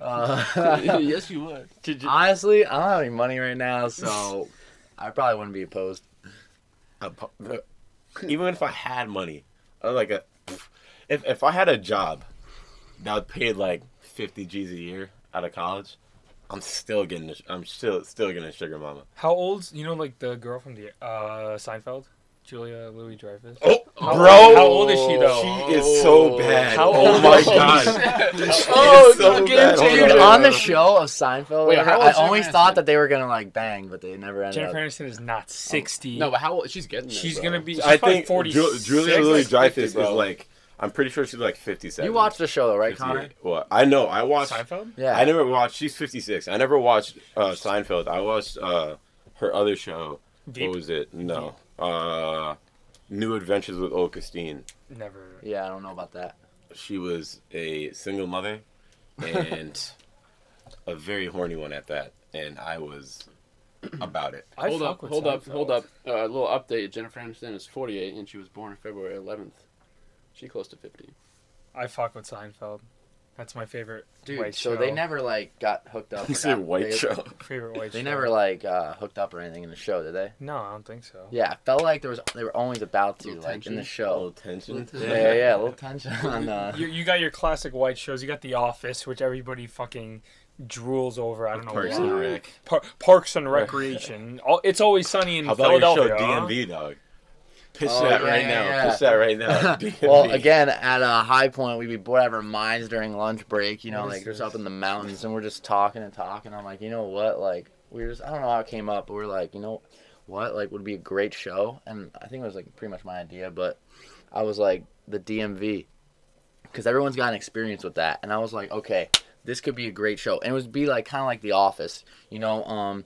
Speaker 1: Uh, [laughs]
Speaker 2: yes, you would.
Speaker 4: Did you-
Speaker 1: honestly, I don't have any money right now,
Speaker 2: [laughs]
Speaker 1: so I probably wouldn't be opposed.
Speaker 3: a pu- the- [laughs] even if I had money, I like a, if if I had a job that would pay like fifty G's a year out of college, I'm still getting. A, I'm still still getting a sugar mama.
Speaker 4: How old's you know like the girl from the uh Seinfeld, Julia Louis Dreyfus?
Speaker 3: Oh,
Speaker 2: Oh,
Speaker 3: bro,
Speaker 4: how old is she, though?
Speaker 3: She is so bad.
Speaker 4: Oh. How
Speaker 3: oh
Speaker 4: old
Speaker 3: my
Speaker 4: is she?
Speaker 2: [laughs]
Speaker 3: god.
Speaker 4: [laughs]
Speaker 2: Oh,
Speaker 3: It's so
Speaker 2: you're a game
Speaker 3: bad. Hold
Speaker 1: Dude,
Speaker 2: changer.
Speaker 3: on.
Speaker 1: on the show of Seinfeld,
Speaker 2: Wait,
Speaker 1: whatever, I
Speaker 2: how old's Jennifer
Speaker 1: always
Speaker 2: Aniston?
Speaker 1: thought that they were gonna like bang, but they never ended
Speaker 4: Jennifer
Speaker 1: up.
Speaker 4: Aniston is not sixty.
Speaker 2: No, but how old? She's getting there,
Speaker 4: she's
Speaker 2: bro.
Speaker 4: gonna be. She's
Speaker 3: I think
Speaker 4: forty.
Speaker 3: Ju- Julia
Speaker 2: like
Speaker 3: Louis Dreyfus
Speaker 2: 50,
Speaker 3: is
Speaker 2: bro.
Speaker 3: like. I'm pretty sure she's like 57.
Speaker 1: You watched the show though, right, Connor?
Speaker 3: 58. What? I know. I watched.
Speaker 4: Seinfeld.
Speaker 1: Yeah.
Speaker 3: I never watched. She's 56. I never watched uh, Seinfeld. I watched uh, her other show.
Speaker 4: Deep.
Speaker 3: What was it? No. Uh, New Adventures with Old Christine.
Speaker 4: Never.
Speaker 1: Yeah, I don't know about that.
Speaker 3: She was a single mother and [laughs] a very horny one at that. And I was about it.
Speaker 4: I
Speaker 2: hold
Speaker 4: fuck
Speaker 2: up,
Speaker 4: with
Speaker 2: hold up,
Speaker 4: Seinfeld.
Speaker 2: hold up. Uh, A little update. Jennifer Aniston is 48, and she was born February 11th. She close to 50.
Speaker 4: I fuck with Seinfeld. That's my favorite.
Speaker 1: Dude,
Speaker 4: white
Speaker 1: so
Speaker 4: show.
Speaker 1: they never [laughs] like got hooked
Speaker 3: [laughs]
Speaker 1: up. or
Speaker 3: It's a
Speaker 1: got-
Speaker 3: white
Speaker 1: they,
Speaker 3: show.
Speaker 4: Favorite white.
Speaker 1: They
Speaker 4: show.
Speaker 1: never like uh, hooked up or anything in the show, did they?
Speaker 4: No, I don't think so.
Speaker 1: Yeah, I felt like there was they were always about to
Speaker 2: Little
Speaker 1: like [laughs] in
Speaker 2: tension.
Speaker 1: the
Speaker 3: A little
Speaker 1: show.
Speaker 3: tension.
Speaker 1: Yeah, yeah, yeah, a little tension on.
Speaker 2: [laughs]
Speaker 1: Uh,
Speaker 4: You, you got your classic white shows. You got The Office, which everybody fucking drools over. I don't know
Speaker 3: Parks
Speaker 4: why.
Speaker 3: and Rec.
Speaker 4: Par- Parks and Recreation. All, it's always sunny in
Speaker 3: How about your show
Speaker 4: Philadelphia. huh?
Speaker 3: DMV, dog? Pitch
Speaker 1: Oh,
Speaker 3: that
Speaker 1: yeah,
Speaker 3: right
Speaker 1: yeah,
Speaker 3: now.
Speaker 1: yeah.
Speaker 3: Pitch that right
Speaker 1: [laughs]
Speaker 3: now.
Speaker 1: well,
Speaker 3: [laughs] DMV.
Speaker 1: again, at a high point, we'd be bored out of our minds during lunch break. You know,
Speaker 4: What is
Speaker 1: like just
Speaker 4: this?
Speaker 1: up in the mountains, and we're just talking and talking. I'm like, you know what? Like, we were just I don't know how it came up, but we're like, you know what? Like, would be a great show, and I think it was like pretty much my idea, but I was like the DMV because everyone's got an experience with that, and I was like, okay, this could be a great show, and it would be like kind of like The Office, you know, um.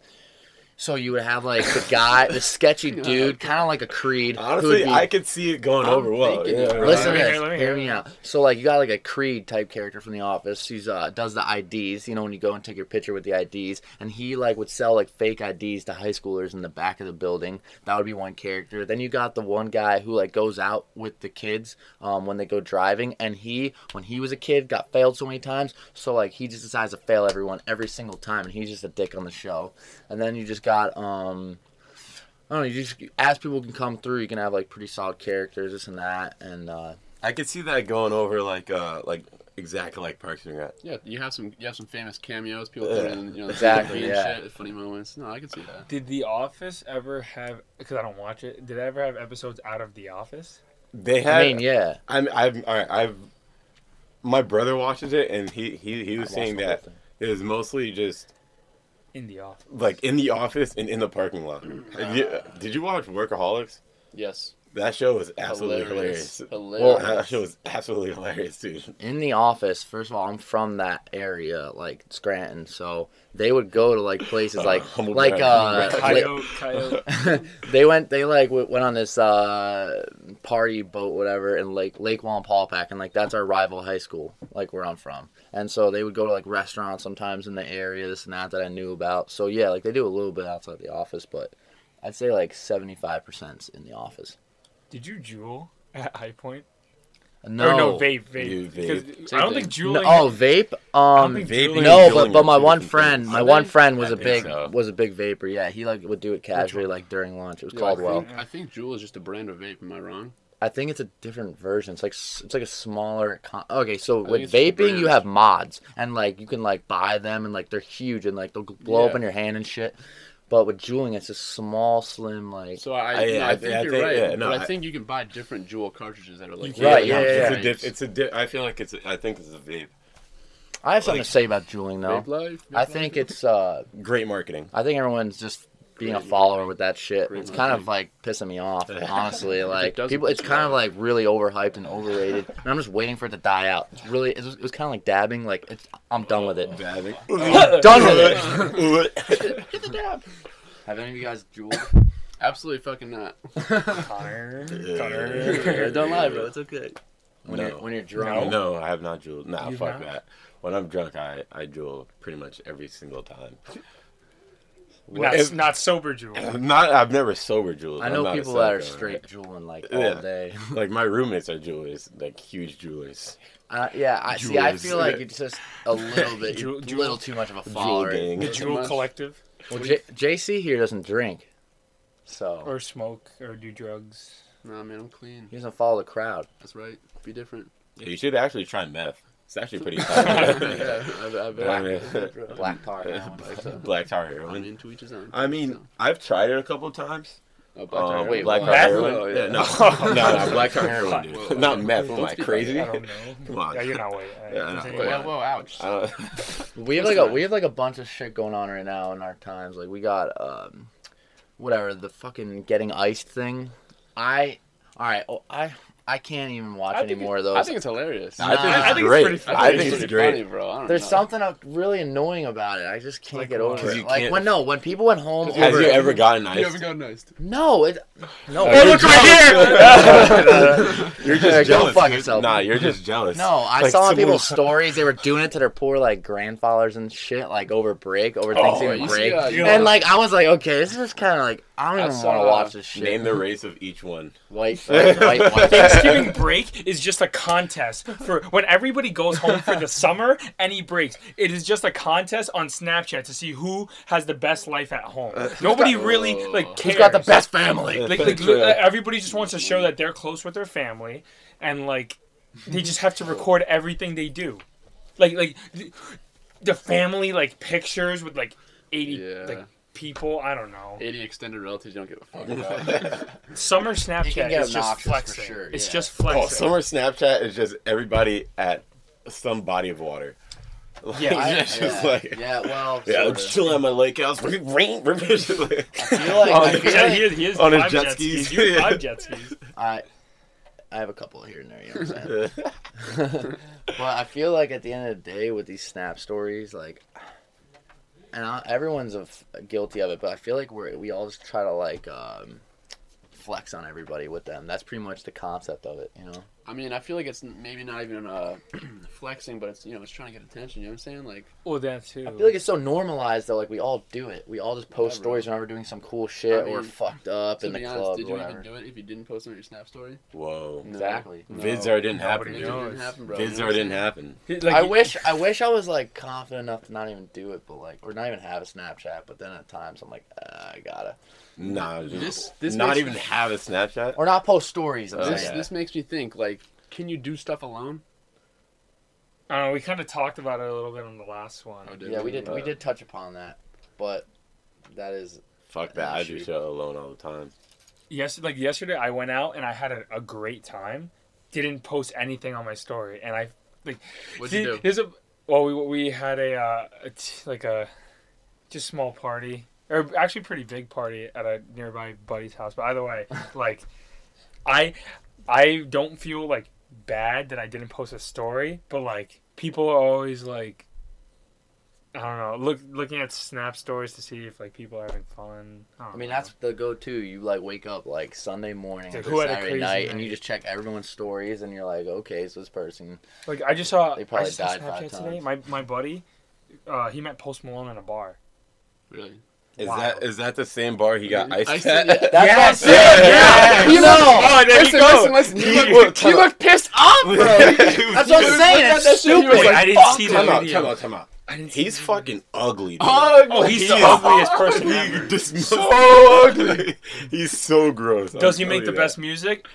Speaker 1: So you would have like the guy, the
Speaker 3: [laughs]
Speaker 1: sketchy dude, kind of like a Creed. who would
Speaker 3: Honestly,
Speaker 1: be-
Speaker 3: I could see it going
Speaker 2: I'm
Speaker 3: over well.
Speaker 2: thinking
Speaker 3: Yeah,
Speaker 2: it.
Speaker 3: right?
Speaker 1: Listen, to
Speaker 4: Let me
Speaker 1: this.
Speaker 4: hear- let me
Speaker 1: hear
Speaker 4: hear.
Speaker 1: me out. So like you got like a Creed type character from The Office. He's uh does the IDs. You know when you go and take your picture with the IDs, and he like would sell like fake IDs to high schoolers in the back of the building. That would be one character. Then you got the one guy who like goes out with the kids um when they go driving, and he when he was a kid got failed so many times. So like he just decides to fail everyone every single time, and he's just a dick on the show. And then you just got um. I don't know. You just as people can come through, you can have like pretty solid characters, this and that, and uh,
Speaker 3: I could see that going over like uh like exactly like Parks and Rec.
Speaker 2: Yeah, you have some you have some famous cameos. People put
Speaker 3: Yeah.
Speaker 2: in, you know,
Speaker 1: Exactly,
Speaker 2: exactly, and
Speaker 1: yeah.
Speaker 2: shit, funny moments. No, I can see that.
Speaker 4: Did The Office ever have? Because I don't watch it. Did it ever have episodes out of The Office?
Speaker 3: They had.
Speaker 1: I mean, yeah.
Speaker 3: I'm. I'm. All right. I've. My brother watches it, and he he he was
Speaker 1: I watched
Speaker 3: saying
Speaker 1: the whole
Speaker 3: that
Speaker 1: thing.
Speaker 3: it was mostly just
Speaker 4: In The Office.
Speaker 3: like in the office and in the parking lot. Have you- did you watch Workaholics?
Speaker 2: Yes,
Speaker 3: That show was absolutely
Speaker 2: hilarious,
Speaker 3: hilarious.
Speaker 2: hilarious.
Speaker 3: That show was absolutely hilarious, dude.
Speaker 1: In the office, first of all, I'm from that area, like Scranton, so they would go to like
Speaker 3: [laughs]
Speaker 1: places like
Speaker 3: Uh,
Speaker 1: like uh
Speaker 4: Coyote, coyote.
Speaker 1: like- [laughs] they went they like w- went on this uh party boat whatever in Lake Lake Wampalpack and like that's our rival high school like where I'm from. And so they would go to like restaurants sometimes in the area this and that that I knew about. So yeah, like they do a little bit outside the office, but I'd say like 75% 's in the office.
Speaker 4: Did you jewel at High Point?
Speaker 1: No.
Speaker 4: Or no, vape, vape.
Speaker 3: You vape.
Speaker 4: Because I don't think
Speaker 1: No,
Speaker 4: juuling.
Speaker 1: oh, vape. Um,
Speaker 4: think
Speaker 3: Vaping and
Speaker 1: no,
Speaker 3: dueling
Speaker 1: but, but
Speaker 3: are
Speaker 1: my
Speaker 3: two
Speaker 1: one
Speaker 3: different
Speaker 1: friend,
Speaker 3: things.
Speaker 1: my
Speaker 2: Are
Speaker 1: one
Speaker 2: they?
Speaker 1: friend was
Speaker 3: I
Speaker 1: a
Speaker 3: think
Speaker 1: big
Speaker 3: so.
Speaker 1: was a big vapor. Yeah, he like would do it casually, like during lunch. It was
Speaker 2: Yo, I
Speaker 1: Caldwell.
Speaker 2: think, I think Juul is just a brand of vape. Am I wrong?
Speaker 1: I think it's a different version. It's like s- it's like a smaller. Con- okay, so
Speaker 2: think
Speaker 1: with
Speaker 2: it's just a
Speaker 1: vaping, you
Speaker 2: brand.
Speaker 1: have mods, and like you can like buy them, and like they're huge, and like they'll blow up
Speaker 2: Yeah.
Speaker 1: in your hand and shit. But with juuling, it's a small, slim, like.
Speaker 2: So I,
Speaker 3: I-
Speaker 2: no,
Speaker 3: yeah,
Speaker 2: I
Speaker 3: I
Speaker 2: think
Speaker 3: think-
Speaker 2: you're
Speaker 3: I think-
Speaker 2: right.
Speaker 3: yeah, no,
Speaker 2: but I,
Speaker 3: I-
Speaker 2: think you can buy different Juul cartridges that are like
Speaker 1: can, Right, yeah, yeah,
Speaker 3: It's
Speaker 1: yeah.
Speaker 3: a diff. It's a diff. I feel like it's. A, I think it's a vape.
Speaker 1: I have something to say about juuling though.
Speaker 2: Vape life.
Speaker 1: I think it's uh,
Speaker 3: Great marketing.
Speaker 1: I think everyone's just being a follower with that shit. It's kind of like pissing me
Speaker 2: [laughs]
Speaker 1: off, honestly. Like
Speaker 2: doesn't
Speaker 1: people,
Speaker 2: piss
Speaker 1: it's kind of like really overhyped and overrated, and I'm just waiting for it to die out. It's really, it was, it was kind of like dabbing. Like it's, I'm done with it. [laughs] done with it.
Speaker 2: Get the dab.
Speaker 1: Have any of you guys jeweled?
Speaker 2: Absolutely fucking not.
Speaker 3: Oh. [laughs]
Speaker 4: Connor.
Speaker 3: Yeah.
Speaker 4: Connor.
Speaker 2: Don't lie, bro. It's okay.
Speaker 1: When
Speaker 3: No.
Speaker 1: you're when you're drunk,
Speaker 3: No, I have not jeweled. Nah,
Speaker 4: You've
Speaker 3: fuck
Speaker 4: not?
Speaker 3: that. When I'm drunk, I, I jewel pretty much every single time.
Speaker 4: Not,
Speaker 3: If-
Speaker 4: not sober
Speaker 3: [laughs]
Speaker 4: jewel.
Speaker 3: not I've never sober jeweled.
Speaker 1: I
Speaker 3: I'm
Speaker 1: know
Speaker 3: not a
Speaker 1: people that are
Speaker 3: sober guy.
Speaker 1: straight jeweling like
Speaker 3: Yeah.
Speaker 1: all day.
Speaker 3: Like my roommates are jewelers, like huge jewelers.
Speaker 1: Uh, yeah, I see. I
Speaker 3: Jewelers.
Speaker 1: feel like it's just a little bit,
Speaker 4: Jewel-
Speaker 1: a
Speaker 4: jewel-
Speaker 1: little too much of a
Speaker 3: Jewel
Speaker 1: follower.
Speaker 3: gang.
Speaker 4: The jewel
Speaker 2: much.
Speaker 4: collective.
Speaker 1: Well, J- JC here doesn't drink, so
Speaker 4: Or smoke or do drugs.
Speaker 2: Nah, man, I'm clean.
Speaker 1: he doesn't follow the crowd.
Speaker 2: That's right. Be different.
Speaker 3: Yeah, you should actually try meth. It's
Speaker 1: [laughs]
Speaker 3: actually [laughs] pretty
Speaker 2: [laughs]
Speaker 3: fun. [laughs]
Speaker 2: yeah, I've, I've,
Speaker 3: Black-
Speaker 2: I've,
Speaker 1: Black tar.
Speaker 3: [laughs] Black tar
Speaker 2: I'm
Speaker 3: heroin.
Speaker 2: into each his own.
Speaker 3: I mean, I've tried it a couple times.
Speaker 2: Oh, black
Speaker 3: Um,
Speaker 2: tar. Wait,
Speaker 3: black
Speaker 2: what?
Speaker 3: tar
Speaker 4: Meth?
Speaker 3: heroin.
Speaker 2: Oh,
Speaker 3: Yeah,
Speaker 2: yeah.
Speaker 3: no, no, [laughs] no, black tar heroin, dude. Not meth. Am I crazy?
Speaker 4: I don't
Speaker 3: I
Speaker 4: [laughs] know.
Speaker 3: Come on.
Speaker 4: Yeah, you're not white. All right,
Speaker 3: Yeah, I know.
Speaker 4: continue.
Speaker 2: Wait, whoa, whoa, ouch.
Speaker 3: don't-
Speaker 1: We have like a we have like a bunch of shit going on right now in our times. Like we got um, whatever the fucking getting iced thing. I all right. Oh, I I can't even watch
Speaker 2: I
Speaker 1: any
Speaker 2: think
Speaker 1: more
Speaker 2: it-
Speaker 1: of those.
Speaker 2: I think it's hilarious.
Speaker 3: I
Speaker 1: I
Speaker 3: think it's
Speaker 4: think it's pretty
Speaker 3: great.
Speaker 4: funny.
Speaker 3: I think it's
Speaker 2: pretty funny,
Speaker 3: great.
Speaker 2: bro. I don't
Speaker 1: There's
Speaker 2: know.
Speaker 1: something uh, really annoying about it. I just can't
Speaker 4: Like
Speaker 1: get
Speaker 4: what?
Speaker 1: over
Speaker 4: 'Cause
Speaker 1: it.
Speaker 3: you
Speaker 1: Like
Speaker 3: can't-
Speaker 1: when no, when people went home over
Speaker 3: Have you
Speaker 1: it-
Speaker 3: ever gotten
Speaker 2: You haven't
Speaker 3: iced?
Speaker 2: gotten iced.
Speaker 1: No, it no.
Speaker 3: Oh, look
Speaker 1: right here.
Speaker 3: You're
Speaker 1: Go
Speaker 3: just jealous.
Speaker 1: fuck
Speaker 3: You're-
Speaker 1: yourself.
Speaker 3: Nah, you're just jealous.
Speaker 1: [laughs] No, I
Speaker 3: Like
Speaker 1: saw on
Speaker 3: someone-
Speaker 1: people's stories they were doing it to their poor like grandfathers and shit, like over break, over Thanksgiving
Speaker 2: you see,
Speaker 1: break.
Speaker 2: uh, you
Speaker 1: and
Speaker 2: know-
Speaker 1: like I was like, okay, this is kind of like I
Speaker 2: I
Speaker 1: don't even
Speaker 2: saw,
Speaker 1: want to
Speaker 2: uh,
Speaker 1: watch this shit.
Speaker 3: Name the race of each one.
Speaker 1: white, white, white, white.
Speaker 4: Thanksgiving break is just a contest for when everybody goes home for
Speaker 3: [laughs]
Speaker 4: the summer. Any breaks, it is just a contest on Snapchat to see who has the best life at home.
Speaker 3: Uh, [laughs]
Speaker 4: Nobody really
Speaker 3: Oh.
Speaker 4: like cares.
Speaker 1: Who's got the best family?
Speaker 4: Like, like,
Speaker 3: True.
Speaker 4: everybody just wants to show that they're close with their family, and like they just have to record everything they do. Like like th- the family like pictures with like eighty
Speaker 2: Yeah.
Speaker 4: like people. I don't know.
Speaker 2: 80 extended relatives don't give a fuck.
Speaker 4: Summer
Speaker 1: You can
Speaker 4: Snapchat
Speaker 1: get
Speaker 4: is just
Speaker 1: obnoxious for
Speaker 4: flexing.
Speaker 1: sure,
Speaker 4: It's
Speaker 1: yeah.
Speaker 4: just
Speaker 3: Oh,
Speaker 4: flexing.
Speaker 3: summer Snapchat is just everybody at some body of water. [laughs] Like,
Speaker 4: Yeah,
Speaker 3: [laughs]
Speaker 4: I-
Speaker 3: it's just like yeah,
Speaker 1: yeah, well,
Speaker 3: I'm just chilling at my lake house. [laughs] Ring, ring, ring. It's just like- [laughs]
Speaker 1: I feel like, I, feel
Speaker 4: [laughs] Yeah,
Speaker 1: like
Speaker 4: he is, he is
Speaker 3: On his
Speaker 4: five
Speaker 3: jet
Speaker 4: jet
Speaker 3: skis.
Speaker 4: skis. You're five jet skis.
Speaker 1: I, I have a couple here and there. You know what I'm saying? But I feel like at the end of the day, with these snap stories, like, and I, everyone's of guilty of it, but I feel like we're we all just try to like um, flex on everybody with them. That's pretty much the concept of it, you know.
Speaker 2: I mean, I feel like it's n- maybe not even uh, [clears throat] flexing, but it's, you know, it's trying to get attention. You know what I'm saying? Like,
Speaker 4: Well, that too.
Speaker 1: I feel like it's so normalized though. Like we all do it. We all just post
Speaker 2: Yeah, bro.
Speaker 1: stories when we're doing some cool shit
Speaker 2: I mean,
Speaker 1: or fucked up
Speaker 2: to
Speaker 1: in the
Speaker 2: be
Speaker 1: club
Speaker 2: honest, did
Speaker 1: or
Speaker 2: you
Speaker 1: whatever.
Speaker 2: even do it if you didn't post it on your Snap story?
Speaker 3: Whoa.
Speaker 2: No.
Speaker 1: exactly.
Speaker 3: Vids are didn't happen.
Speaker 4: Nobody
Speaker 2: It
Speaker 3: dude.
Speaker 4: knows.
Speaker 2: didn't happen, bro.
Speaker 3: Vids
Speaker 2: You know
Speaker 3: are
Speaker 2: what I'm saying?
Speaker 3: didn't happen.
Speaker 4: Like,
Speaker 1: I wish I wish I was like confident enough to not even do it, but like or not even have a Snapchat. But then at times I'm like, uh, I gotta
Speaker 3: Nah, just
Speaker 2: This- this
Speaker 3: not
Speaker 2: makes-
Speaker 3: even have a Snapchat.
Speaker 1: or not post stories. I'm
Speaker 3: Oh,
Speaker 2: This,
Speaker 1: saying.
Speaker 2: this makes me think, like, can you do stuff alone?
Speaker 4: I don't know. We kind of talked about it a little bit on the last one.
Speaker 2: Oh, dude.
Speaker 1: Yeah, we did. We
Speaker 2: Uh,
Speaker 1: did touch upon that, but that is
Speaker 3: Fuck that.
Speaker 1: Nah,
Speaker 3: I do
Speaker 1: shoot.
Speaker 3: shit alone all the time.
Speaker 4: Yes, like yesterday, I went out and I had a, a great time. Didn't post anything on my story, and I like.
Speaker 2: What'd you
Speaker 4: did-
Speaker 2: do?
Speaker 4: [laughs] There's a well, we we had a, uh, a t- like a just small party, or actually pretty big party at a nearby buddy's house. But
Speaker 1: [laughs]
Speaker 4: either way, like I I don't feel like bad that I didn't post a story, but like people are always like. I don't know. Look, looking at snap stories to see if like people are having fun. don't
Speaker 1: I mean,
Speaker 4: know.
Speaker 1: that's the go-to. You like wake up like Sunday morning,
Speaker 4: Like,
Speaker 1: or
Speaker 4: who had a
Speaker 1: Saturday
Speaker 4: crazy
Speaker 1: night, and
Speaker 4: night?
Speaker 1: you just check everyone's stories, and you're like, okay, so this person.
Speaker 4: Like I just saw,
Speaker 1: They probably
Speaker 4: I just saw
Speaker 1: died five
Speaker 4: Snapchat today.
Speaker 1: times.
Speaker 4: My my buddy, uh, he met Post Malone in a bar.
Speaker 2: Really?
Speaker 3: Is
Speaker 4: Wow.
Speaker 3: that is that the same bar he got
Speaker 2: I
Speaker 3: iced [laughs]
Speaker 2: said-
Speaker 3: at?
Speaker 1: That's
Speaker 4: Yes!
Speaker 1: what I'm saying.
Speaker 4: Yes!
Speaker 1: You know,
Speaker 4: Oh, there
Speaker 2: listen,
Speaker 4: you go.
Speaker 2: listen, listen. You
Speaker 3: You
Speaker 2: look,
Speaker 3: were-
Speaker 2: you look pissed
Speaker 3: [laughs]
Speaker 2: off, bro.
Speaker 1: that's what I'm saying. It's stupid.
Speaker 4: Wait, I didn't see
Speaker 3: Time
Speaker 4: the
Speaker 3: out,
Speaker 4: video.
Speaker 3: time out, time out.
Speaker 4: I didn't see
Speaker 3: He's
Speaker 4: the
Speaker 3: fucking ugly. Dude.
Speaker 4: video. Oh, he's the
Speaker 3: He is-
Speaker 4: ugliest
Speaker 3: [laughs]
Speaker 4: person ever.
Speaker 3: He's so ugly. He's so gross. Oh, I'm
Speaker 4: Does he make the
Speaker 3: telling you
Speaker 4: best music?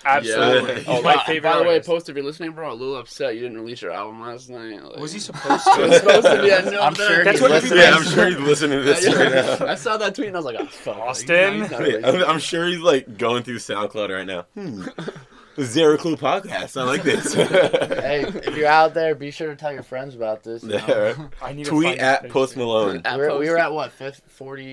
Speaker 3: Yeah.
Speaker 4: Absolutely. Oh, He's
Speaker 3: Oh,
Speaker 4: my
Speaker 2: wow.
Speaker 4: favorite.
Speaker 2: By the way,
Speaker 4: artist.
Speaker 2: post if you're listening, bro. A little upset you didn't release your album last night. Like,
Speaker 4: was he supposed
Speaker 2: [laughs]
Speaker 4: to?
Speaker 2: supposed to be? I know
Speaker 1: I'm
Speaker 2: that.
Speaker 1: sure
Speaker 4: That's
Speaker 1: he's
Speaker 4: what
Speaker 1: listening.
Speaker 3: that. Yeah, I'm sure he's listening to this right now. [laughs]
Speaker 2: I saw that tweet and I was like, oh, fuck.
Speaker 4: Austin?
Speaker 2: Like, he's not- he's not
Speaker 3: Yeah,
Speaker 2: releasing
Speaker 3: I'm, I'm sure he's like going through SoundCloud right now. Hmm. Zero Clue podcast. I like [laughs] this.
Speaker 1: Hey, if you're out there, be sure to tell your friends about this. you know.
Speaker 4: I need to
Speaker 3: Tweet
Speaker 4: find this
Speaker 3: at
Speaker 4: picture.
Speaker 3: Post Malone.
Speaker 2: At
Speaker 1: We were, we
Speaker 2: Post-
Speaker 1: were at what, fifth,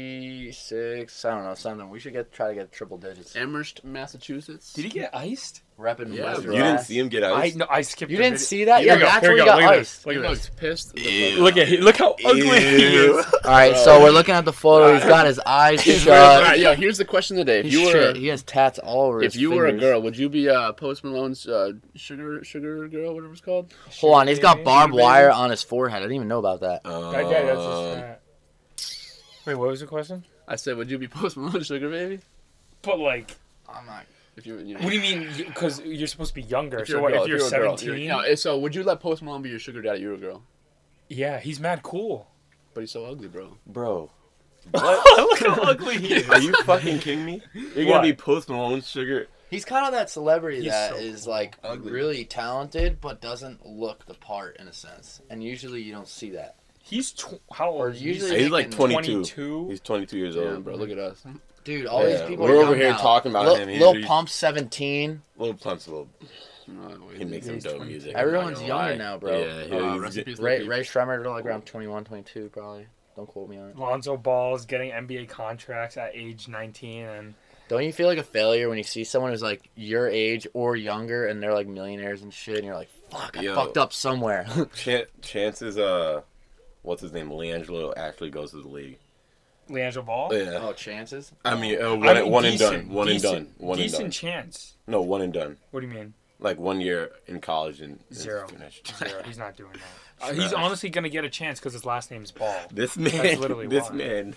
Speaker 1: 46? I don't know, something. We should get try to get triple digits.
Speaker 2: Amherst, Massachusetts.
Speaker 4: Did he get iced?
Speaker 1: Repping
Speaker 2: Yeah,
Speaker 1: West
Speaker 3: You
Speaker 2: bro.
Speaker 1: Ross.
Speaker 3: didn't see him get out.
Speaker 4: I no, I skipped.
Speaker 1: You
Speaker 4: the
Speaker 1: didn't
Speaker 4: video.
Speaker 1: see that?
Speaker 4: Here
Speaker 1: Yeah,
Speaker 4: we go,
Speaker 1: that's
Speaker 4: here
Speaker 1: where
Speaker 4: we
Speaker 1: he
Speaker 4: go,
Speaker 1: got
Speaker 4: look at
Speaker 1: iced.
Speaker 4: this, Look
Speaker 2: He
Speaker 4: at this.
Speaker 2: looks pissed. the fuck
Speaker 3: Ew.
Speaker 2: out.
Speaker 4: Look at he- look how ugly he
Speaker 3: Ew.
Speaker 4: [laughs] is.
Speaker 1: All right, so we're looking at the photo. He's got his eyes
Speaker 2: All right,
Speaker 1: shut.
Speaker 2: yo, here's the question today. If
Speaker 1: He's
Speaker 2: you were
Speaker 1: shit. He has tats all over
Speaker 2: if
Speaker 1: his
Speaker 2: you were a
Speaker 1: fingers.
Speaker 2: girl, would you be uh, Post Malone's uh, sugar sugar girl, whatever it's called?
Speaker 1: Hold on, he's got
Speaker 4: Baby,
Speaker 1: barbed
Speaker 4: baby.
Speaker 1: wire on his forehead. I didn't even know about that.
Speaker 3: Uh,
Speaker 4: That guy, that's his fat. Wait, what was the question?
Speaker 2: I said, would you be [laughs] Post Malone's sugar baby?
Speaker 4: But like,
Speaker 1: I'm not.
Speaker 2: If you, you know,
Speaker 4: what do you mean? Because you're supposed to be younger.
Speaker 2: if
Speaker 4: so
Speaker 2: a
Speaker 4: what?
Speaker 2: girl,
Speaker 4: if you're
Speaker 2: a girl, you're-
Speaker 4: 17,
Speaker 2: no, eh, so would you let Post Malone be your sugar daddy? You're a girl,
Speaker 4: yeah, he's mad cool.
Speaker 2: but he's so ugly, bro.
Speaker 4: [laughs]
Speaker 3: bro.
Speaker 4: look how ugly he is.
Speaker 3: Are you fucking kidding me? You're
Speaker 4: What?
Speaker 3: gonna be Post Malone's sugar.
Speaker 1: He's kind of that celebrity
Speaker 4: He's
Speaker 1: that
Speaker 4: so
Speaker 1: is like
Speaker 2: Ugly.
Speaker 1: really talented but doesn't look the part in a sense. And usually you don't see that.
Speaker 4: He's tw- how
Speaker 1: Or
Speaker 4: old?
Speaker 1: usually
Speaker 3: He's like
Speaker 1: making
Speaker 3: 22.
Speaker 4: 22?
Speaker 3: He's 22 years
Speaker 2: Damn,
Speaker 3: old,
Speaker 2: bro,
Speaker 3: bro.
Speaker 2: look at us.
Speaker 1: Dude, all
Speaker 3: Yeah,
Speaker 1: these people
Speaker 3: we're
Speaker 1: are
Speaker 3: over
Speaker 1: young
Speaker 3: here
Speaker 1: now.
Speaker 3: talking about
Speaker 1: Lil,
Speaker 3: him. He's-
Speaker 1: Lil Pump's 17.
Speaker 3: Little Pump's a little.
Speaker 2: No,
Speaker 3: He makes some
Speaker 4: He's
Speaker 3: dope
Speaker 4: 22.
Speaker 3: music.
Speaker 1: Everyone's
Speaker 3: I'm not gonna
Speaker 1: younger
Speaker 3: lie.
Speaker 1: now, bro.
Speaker 3: Yeah, he-
Speaker 2: Uh,
Speaker 3: he's
Speaker 2: rest in
Speaker 3: get-
Speaker 2: peace,
Speaker 1: Ray,
Speaker 2: Lil
Speaker 1: Ray
Speaker 2: Peep.
Speaker 1: Shremmer they're like around 21, 22 probably. Don't quote me on it.
Speaker 4: Lonzo Ball's getting NBA contracts at age 19, and
Speaker 1: Don't you feel like a failure when you see someone who's like your age or younger and they're like millionaires and shit and you're like, fuck, I
Speaker 3: Yo.
Speaker 1: fucked up somewhere. [laughs]
Speaker 3: Chan- chances, uh, what's his name? Leangelo actually goes to the league.
Speaker 4: Leandro Ball.
Speaker 3: Yeah.
Speaker 1: oh, chances?
Speaker 3: I mean, uh,
Speaker 4: I
Speaker 3: one,
Speaker 4: mean,
Speaker 3: one and
Speaker 4: decent-
Speaker 3: done. One and
Speaker 4: decent-
Speaker 3: done. One
Speaker 4: decent
Speaker 3: and done.
Speaker 4: chance.
Speaker 3: No, one and done.
Speaker 4: What do you mean?
Speaker 3: Like one year in college and and
Speaker 4: Zero.
Speaker 3: finished. [laughs]
Speaker 4: Zero. He's not doing that. Uh,
Speaker 3: Trash.
Speaker 4: he's honestly gonna get a chance because his last name's Ball.
Speaker 3: This man,
Speaker 4: That's literally
Speaker 3: this
Speaker 4: why.
Speaker 3: man,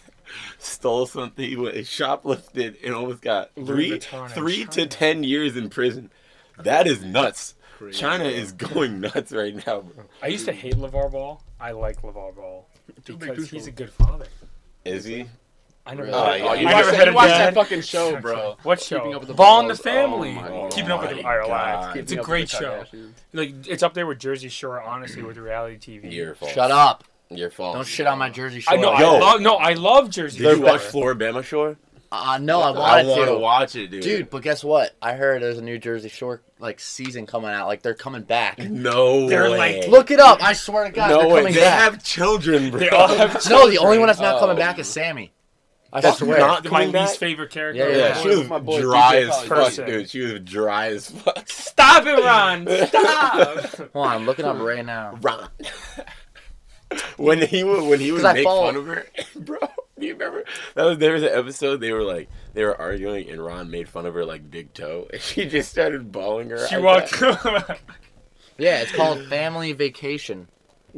Speaker 3: stole something. He went and shoplifted and almost got
Speaker 4: Louis
Speaker 3: three,
Speaker 4: Vuitton in
Speaker 3: three to
Speaker 4: China.
Speaker 3: ten years in prison. That is nuts. China is going nuts right now. bro.
Speaker 4: I used to hate LeVar Ball. I like LeVar Ball
Speaker 2: Too big, too
Speaker 4: because he's a
Speaker 2: small.
Speaker 4: good father.
Speaker 3: Is he?
Speaker 4: I never.
Speaker 1: Really? Oh,
Speaker 4: I
Speaker 1: yeah.
Speaker 2: you
Speaker 1: I
Speaker 2: watch,
Speaker 4: never
Speaker 2: that,
Speaker 4: had
Speaker 2: you
Speaker 4: a
Speaker 2: watch
Speaker 4: dad.
Speaker 2: that fucking show, bro.
Speaker 4: What show?
Speaker 2: Keeping up with the
Speaker 4: Ball and the
Speaker 2: Balls.
Speaker 4: Family.
Speaker 2: Oh my God.
Speaker 4: Keeping up with the
Speaker 3: my
Speaker 4: Alright, relax.
Speaker 3: God.
Speaker 4: It's a great show. Like it's up there with Jersey Shore, honestly, with reality TV.
Speaker 3: Your fault.
Speaker 1: Shut up.
Speaker 3: Your fault.
Speaker 1: Don't shit on my Jersey Shore.
Speaker 4: I know.
Speaker 3: Yo.
Speaker 4: I love. No, I love Jersey
Speaker 3: Did you
Speaker 4: Shore.
Speaker 3: watch Floribama Shore?
Speaker 1: Uh, no, I
Speaker 3: I
Speaker 1: wanted
Speaker 3: want
Speaker 1: to.
Speaker 3: to watch it, dude.
Speaker 1: Dude, but guess what? I heard there's a New Jersey Shore like season coming out. Like they're coming back.
Speaker 3: no
Speaker 4: They're
Speaker 3: way.
Speaker 4: like-
Speaker 1: Look it up. I swear to God,
Speaker 3: no
Speaker 1: they're
Speaker 3: way.
Speaker 1: coming
Speaker 3: They
Speaker 1: back.
Speaker 3: have children, bro.
Speaker 4: They
Speaker 1: [laughs]
Speaker 4: all have
Speaker 1: No, the only one that's not coming
Speaker 2: Oh.
Speaker 1: back is Sammy. I
Speaker 3: That's
Speaker 1: swear.
Speaker 3: not-
Speaker 4: my
Speaker 3: Coming back?
Speaker 4: least favorite
Speaker 1: Yeah,
Speaker 4: character.
Speaker 3: yeah,
Speaker 1: yeah.
Speaker 3: she was
Speaker 2: My boy
Speaker 3: dry
Speaker 2: DJ
Speaker 3: as
Speaker 2: Khaled.
Speaker 3: fuck,
Speaker 4: Person.
Speaker 3: dude. She was dry as fuck.
Speaker 4: Stop
Speaker 1: [laughs]
Speaker 4: it, Ron. Stop.
Speaker 1: Hold on, I'm looking up right now.
Speaker 3: Ron. when he would when he would
Speaker 1: 'Cause I
Speaker 3: make
Speaker 1: follow-
Speaker 3: fun of her, [laughs] bro. Do you remember? That was there was an episode they were like they were arguing and Ron made fun of her like big toe and she just started bawling her.
Speaker 4: she
Speaker 3: eyes
Speaker 4: walked.
Speaker 3: out.
Speaker 1: Yeah, it's called Family Vacation.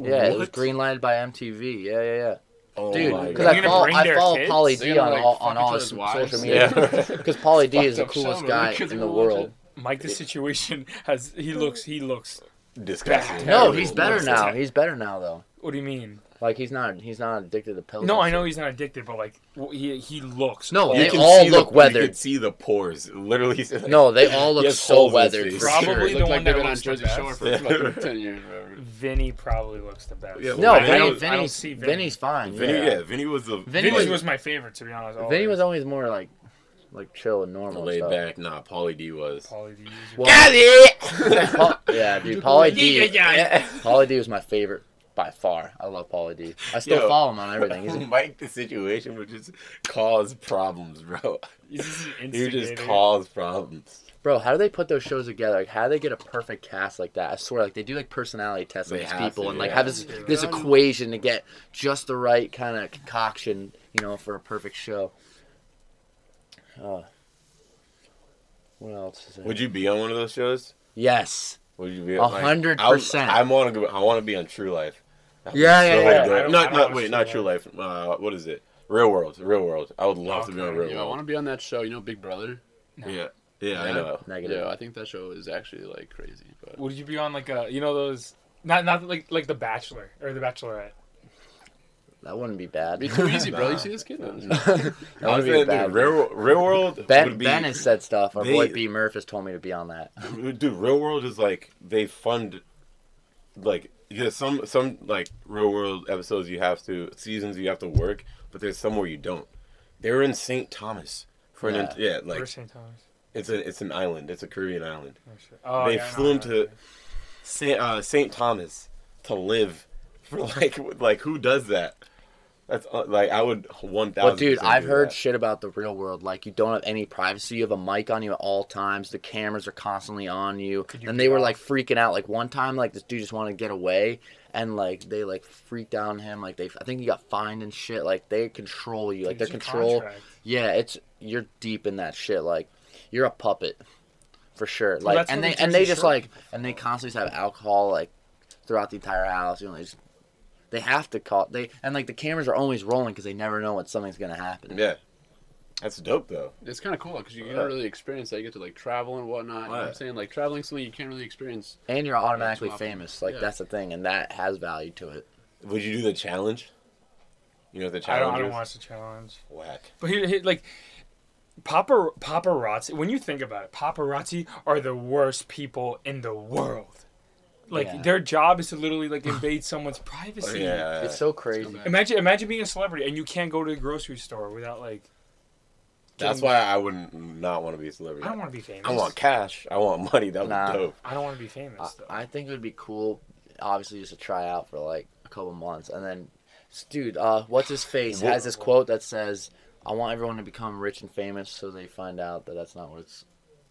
Speaker 1: Yeah, it was
Speaker 3: What?
Speaker 1: greenlighted by MTV. Yeah, yeah, yeah.
Speaker 3: Oh
Speaker 1: Dude,
Speaker 3: my
Speaker 1: because [laughs]
Speaker 3: god.
Speaker 4: They're
Speaker 1: I
Speaker 4: gonna
Speaker 1: follow,
Speaker 4: bring
Speaker 1: I
Speaker 4: their
Speaker 1: follow
Speaker 4: kids?
Speaker 1: Pauly
Speaker 2: They're
Speaker 1: D
Speaker 2: gonna,
Speaker 1: on
Speaker 2: like,
Speaker 1: all
Speaker 2: fuck
Speaker 1: on all
Speaker 2: each
Speaker 1: his
Speaker 2: other's wives?
Speaker 1: social media.
Speaker 3: yeah.
Speaker 1: Because Pauly D is the
Speaker 2: Fucked up
Speaker 1: coolest
Speaker 2: show, bro.
Speaker 1: guy
Speaker 2: The kids
Speaker 1: in
Speaker 2: are
Speaker 1: the
Speaker 2: gonna watch
Speaker 1: world.
Speaker 4: Mike, the situation has. He looks. He looks.
Speaker 3: [laughs] Disgusting.
Speaker 1: No, he's
Speaker 3: Terrible.
Speaker 1: better
Speaker 4: Terrible.
Speaker 1: now. He's better now though.
Speaker 4: What do you mean?
Speaker 1: Like he's not he's not addicted to pills.
Speaker 4: No,
Speaker 1: and
Speaker 4: I know
Speaker 1: shit.
Speaker 4: he's not addicted, but like w- he he looks.
Speaker 1: No,
Speaker 4: old.
Speaker 1: they
Speaker 3: You can
Speaker 1: all
Speaker 3: see
Speaker 1: look
Speaker 3: the, You
Speaker 1: weathered.
Speaker 3: can see the pores. Literally. [laughs]
Speaker 1: No, they all
Speaker 3: He
Speaker 1: look
Speaker 3: has
Speaker 1: so
Speaker 3: holes in his
Speaker 1: weathered.
Speaker 3: face.
Speaker 1: for
Speaker 4: Probably
Speaker 1: sure.
Speaker 4: the
Speaker 2: Look
Speaker 4: one
Speaker 2: like
Speaker 4: that
Speaker 2: they've been on
Speaker 4: looks the
Speaker 2: Jersey
Speaker 4: best.
Speaker 2: Shore for fucking
Speaker 4: [laughs]
Speaker 2: ten years, bro.
Speaker 4: Vinny probably looks the best.
Speaker 3: Yeah,
Speaker 1: No,
Speaker 3: I
Speaker 1: Vinny,
Speaker 4: don't- I
Speaker 1: Vinny,
Speaker 4: don't see Vinny.
Speaker 1: Vinny's fine.
Speaker 3: Vinny,
Speaker 1: yeah.
Speaker 3: yeah. Vinny was the
Speaker 1: Vinny
Speaker 4: Vinny
Speaker 1: was- [laughs]
Speaker 4: was, my favorite, to be honest. Always.
Speaker 1: Vinny was always more like, like chill and normal.
Speaker 3: laid
Speaker 1: stuff.
Speaker 3: back. Nah, Paulie D was.
Speaker 4: Pauly D. user.
Speaker 1: Well,
Speaker 3: Got it.
Speaker 1: [laughs] Paul- yeah, dude. Pauly
Speaker 4: [laughs] Yeah,
Speaker 1: D.
Speaker 4: yeah,
Speaker 1: [laughs]
Speaker 4: yeah.
Speaker 1: Pauly D was my favorite by far. I love Pauly D. I still
Speaker 3: Yo.
Speaker 1: follow him on everything. He's
Speaker 4: [laughs]
Speaker 1: a-
Speaker 3: Mike, the situation would just cause problems, bro.
Speaker 4: He's
Speaker 1: [laughs]
Speaker 4: just an
Speaker 3: You just
Speaker 4: instigator.
Speaker 3: cause problems.
Speaker 1: bro, how do they put those shows together? Like, how do they get a perfect cast like that? I swear, like they do like personality tests on
Speaker 3: They
Speaker 1: these
Speaker 3: have
Speaker 1: people
Speaker 3: to,
Speaker 1: and like
Speaker 3: yeah.
Speaker 1: have this this equation to get just the right kind of concoction, you know, for a perfect show. Uh, what else is there?
Speaker 3: Would you be on one of those shows?
Speaker 1: yes.
Speaker 3: Would you be
Speaker 1: A
Speaker 3: on like,
Speaker 1: hundred
Speaker 3: I would-
Speaker 1: percent.
Speaker 3: I want to go. I want to be on True Life. That would
Speaker 1: Yeah,
Speaker 3: be
Speaker 1: yeah,
Speaker 3: so
Speaker 1: yeah.
Speaker 3: dope.
Speaker 4: I don't- I
Speaker 3: Not,
Speaker 4: don't
Speaker 3: not
Speaker 4: watch
Speaker 3: wait,
Speaker 4: True
Speaker 3: not True Life. Uh, what is it? Real World. Real World. I would love to be on
Speaker 4: Okay,
Speaker 3: Real
Speaker 2: Yo, I want
Speaker 3: World.
Speaker 2: to be on that show. You know, Big Brother.
Speaker 3: Yeah, yeah, I know.
Speaker 1: Negative.
Speaker 2: Yeah, I think that show is actually like crazy. But
Speaker 4: Would you be on like a you know those not not like like The Bachelor or The Bachelorette?
Speaker 1: That wouldn't be bad. [laughs]
Speaker 2: be too easy, bro.
Speaker 3: Nah.
Speaker 2: [laughs] You see this kid? on this-
Speaker 1: that
Speaker 3: I
Speaker 1: would
Speaker 3: was
Speaker 1: be
Speaker 3: saying,
Speaker 1: bad.
Speaker 3: dude, Real, Real World.
Speaker 1: Ben,
Speaker 3: would be,
Speaker 1: ben has said stuff. Our
Speaker 3: they-
Speaker 1: boy B Murph has told me to be on that.
Speaker 3: dude real world is like they fund like yeah some some like real world episodes you have to seasons you have to work but there's some where you don't they were in st thomas for an
Speaker 1: Yeah.
Speaker 3: ent- yeah
Speaker 4: Or
Speaker 3: like
Speaker 4: St. Thomas?
Speaker 3: It's a it's an island. It's a Caribbean island.
Speaker 4: Oh, shit. Oh,
Speaker 3: they
Speaker 4: yeah, I
Speaker 3: flew him
Speaker 4: know, I know.
Speaker 3: to Saint, uh, Saint Thomas to live [laughs] for like like who does that? That's uh, like I would one thousand.
Speaker 1: But dude, I've heard shit about the real world. Like you don't have any privacy. You have a mic on you at all times. The cameras are constantly on you.
Speaker 4: you
Speaker 1: and they
Speaker 4: get
Speaker 1: were
Speaker 4: off?
Speaker 1: like freaking out. Like one time, like this dude just wanted to get away, and like they like freaked out on him. Like they, I think he got fined and shit. Like they control you. Like
Speaker 4: Dude,
Speaker 1: their
Speaker 4: it's a
Speaker 1: control.
Speaker 4: contract.
Speaker 1: Yeah, it's you're deep in that shit. Like you're a puppet for sure. Like
Speaker 4: that's
Speaker 1: and
Speaker 4: what
Speaker 1: they
Speaker 4: the
Speaker 1: and they
Speaker 4: gypsies
Speaker 1: just
Speaker 4: show
Speaker 1: like and they constantly just have alcohol like throughout the entire house. You know, they just they have to call they and like the cameras are always rolling because they never know when something's gonna happen.
Speaker 3: Yeah, that's dope though.
Speaker 2: It's kind of cool because you
Speaker 3: Yeah.
Speaker 2: don't really experience that. You get to like travel and whatnot. You know what
Speaker 3: Yeah.
Speaker 2: I'm saying? Like traveling something you can't really [laughs] experience.
Speaker 1: And you're automatically
Speaker 2: Yeah, it's awesome.
Speaker 1: famous. Like
Speaker 2: Yeah.
Speaker 1: that's the thing, and that has value to it.
Speaker 3: Would you do the challenge? You know what the
Speaker 4: I
Speaker 3: challenge.
Speaker 4: don't, I don't
Speaker 3: is?
Speaker 4: watch the challenge.
Speaker 3: Whack.
Speaker 4: But here, here like papar- paparazzi. When you think about it, paparazzi are the worst people in the world. Like
Speaker 1: Yeah.
Speaker 4: their job is to literally like invade [laughs] someone's privacy.
Speaker 3: Yeah.
Speaker 1: It's so crazy.
Speaker 2: bad.
Speaker 4: Imagine, imagine being a celebrity and you can't go to the grocery store without like.
Speaker 3: That's why I would not want to be a celebrity.
Speaker 4: I don't want to be famous.
Speaker 3: I want cash. I want money. That would
Speaker 1: Nah.
Speaker 3: be dope.
Speaker 4: I don't want to be famous though.
Speaker 1: I, I think it would be cool, obviously, just to try out for like a couple months, and then, s- dude, uh, what's his face has this quote that says, "I want everyone to become rich and famous, so they find out that that's not what it's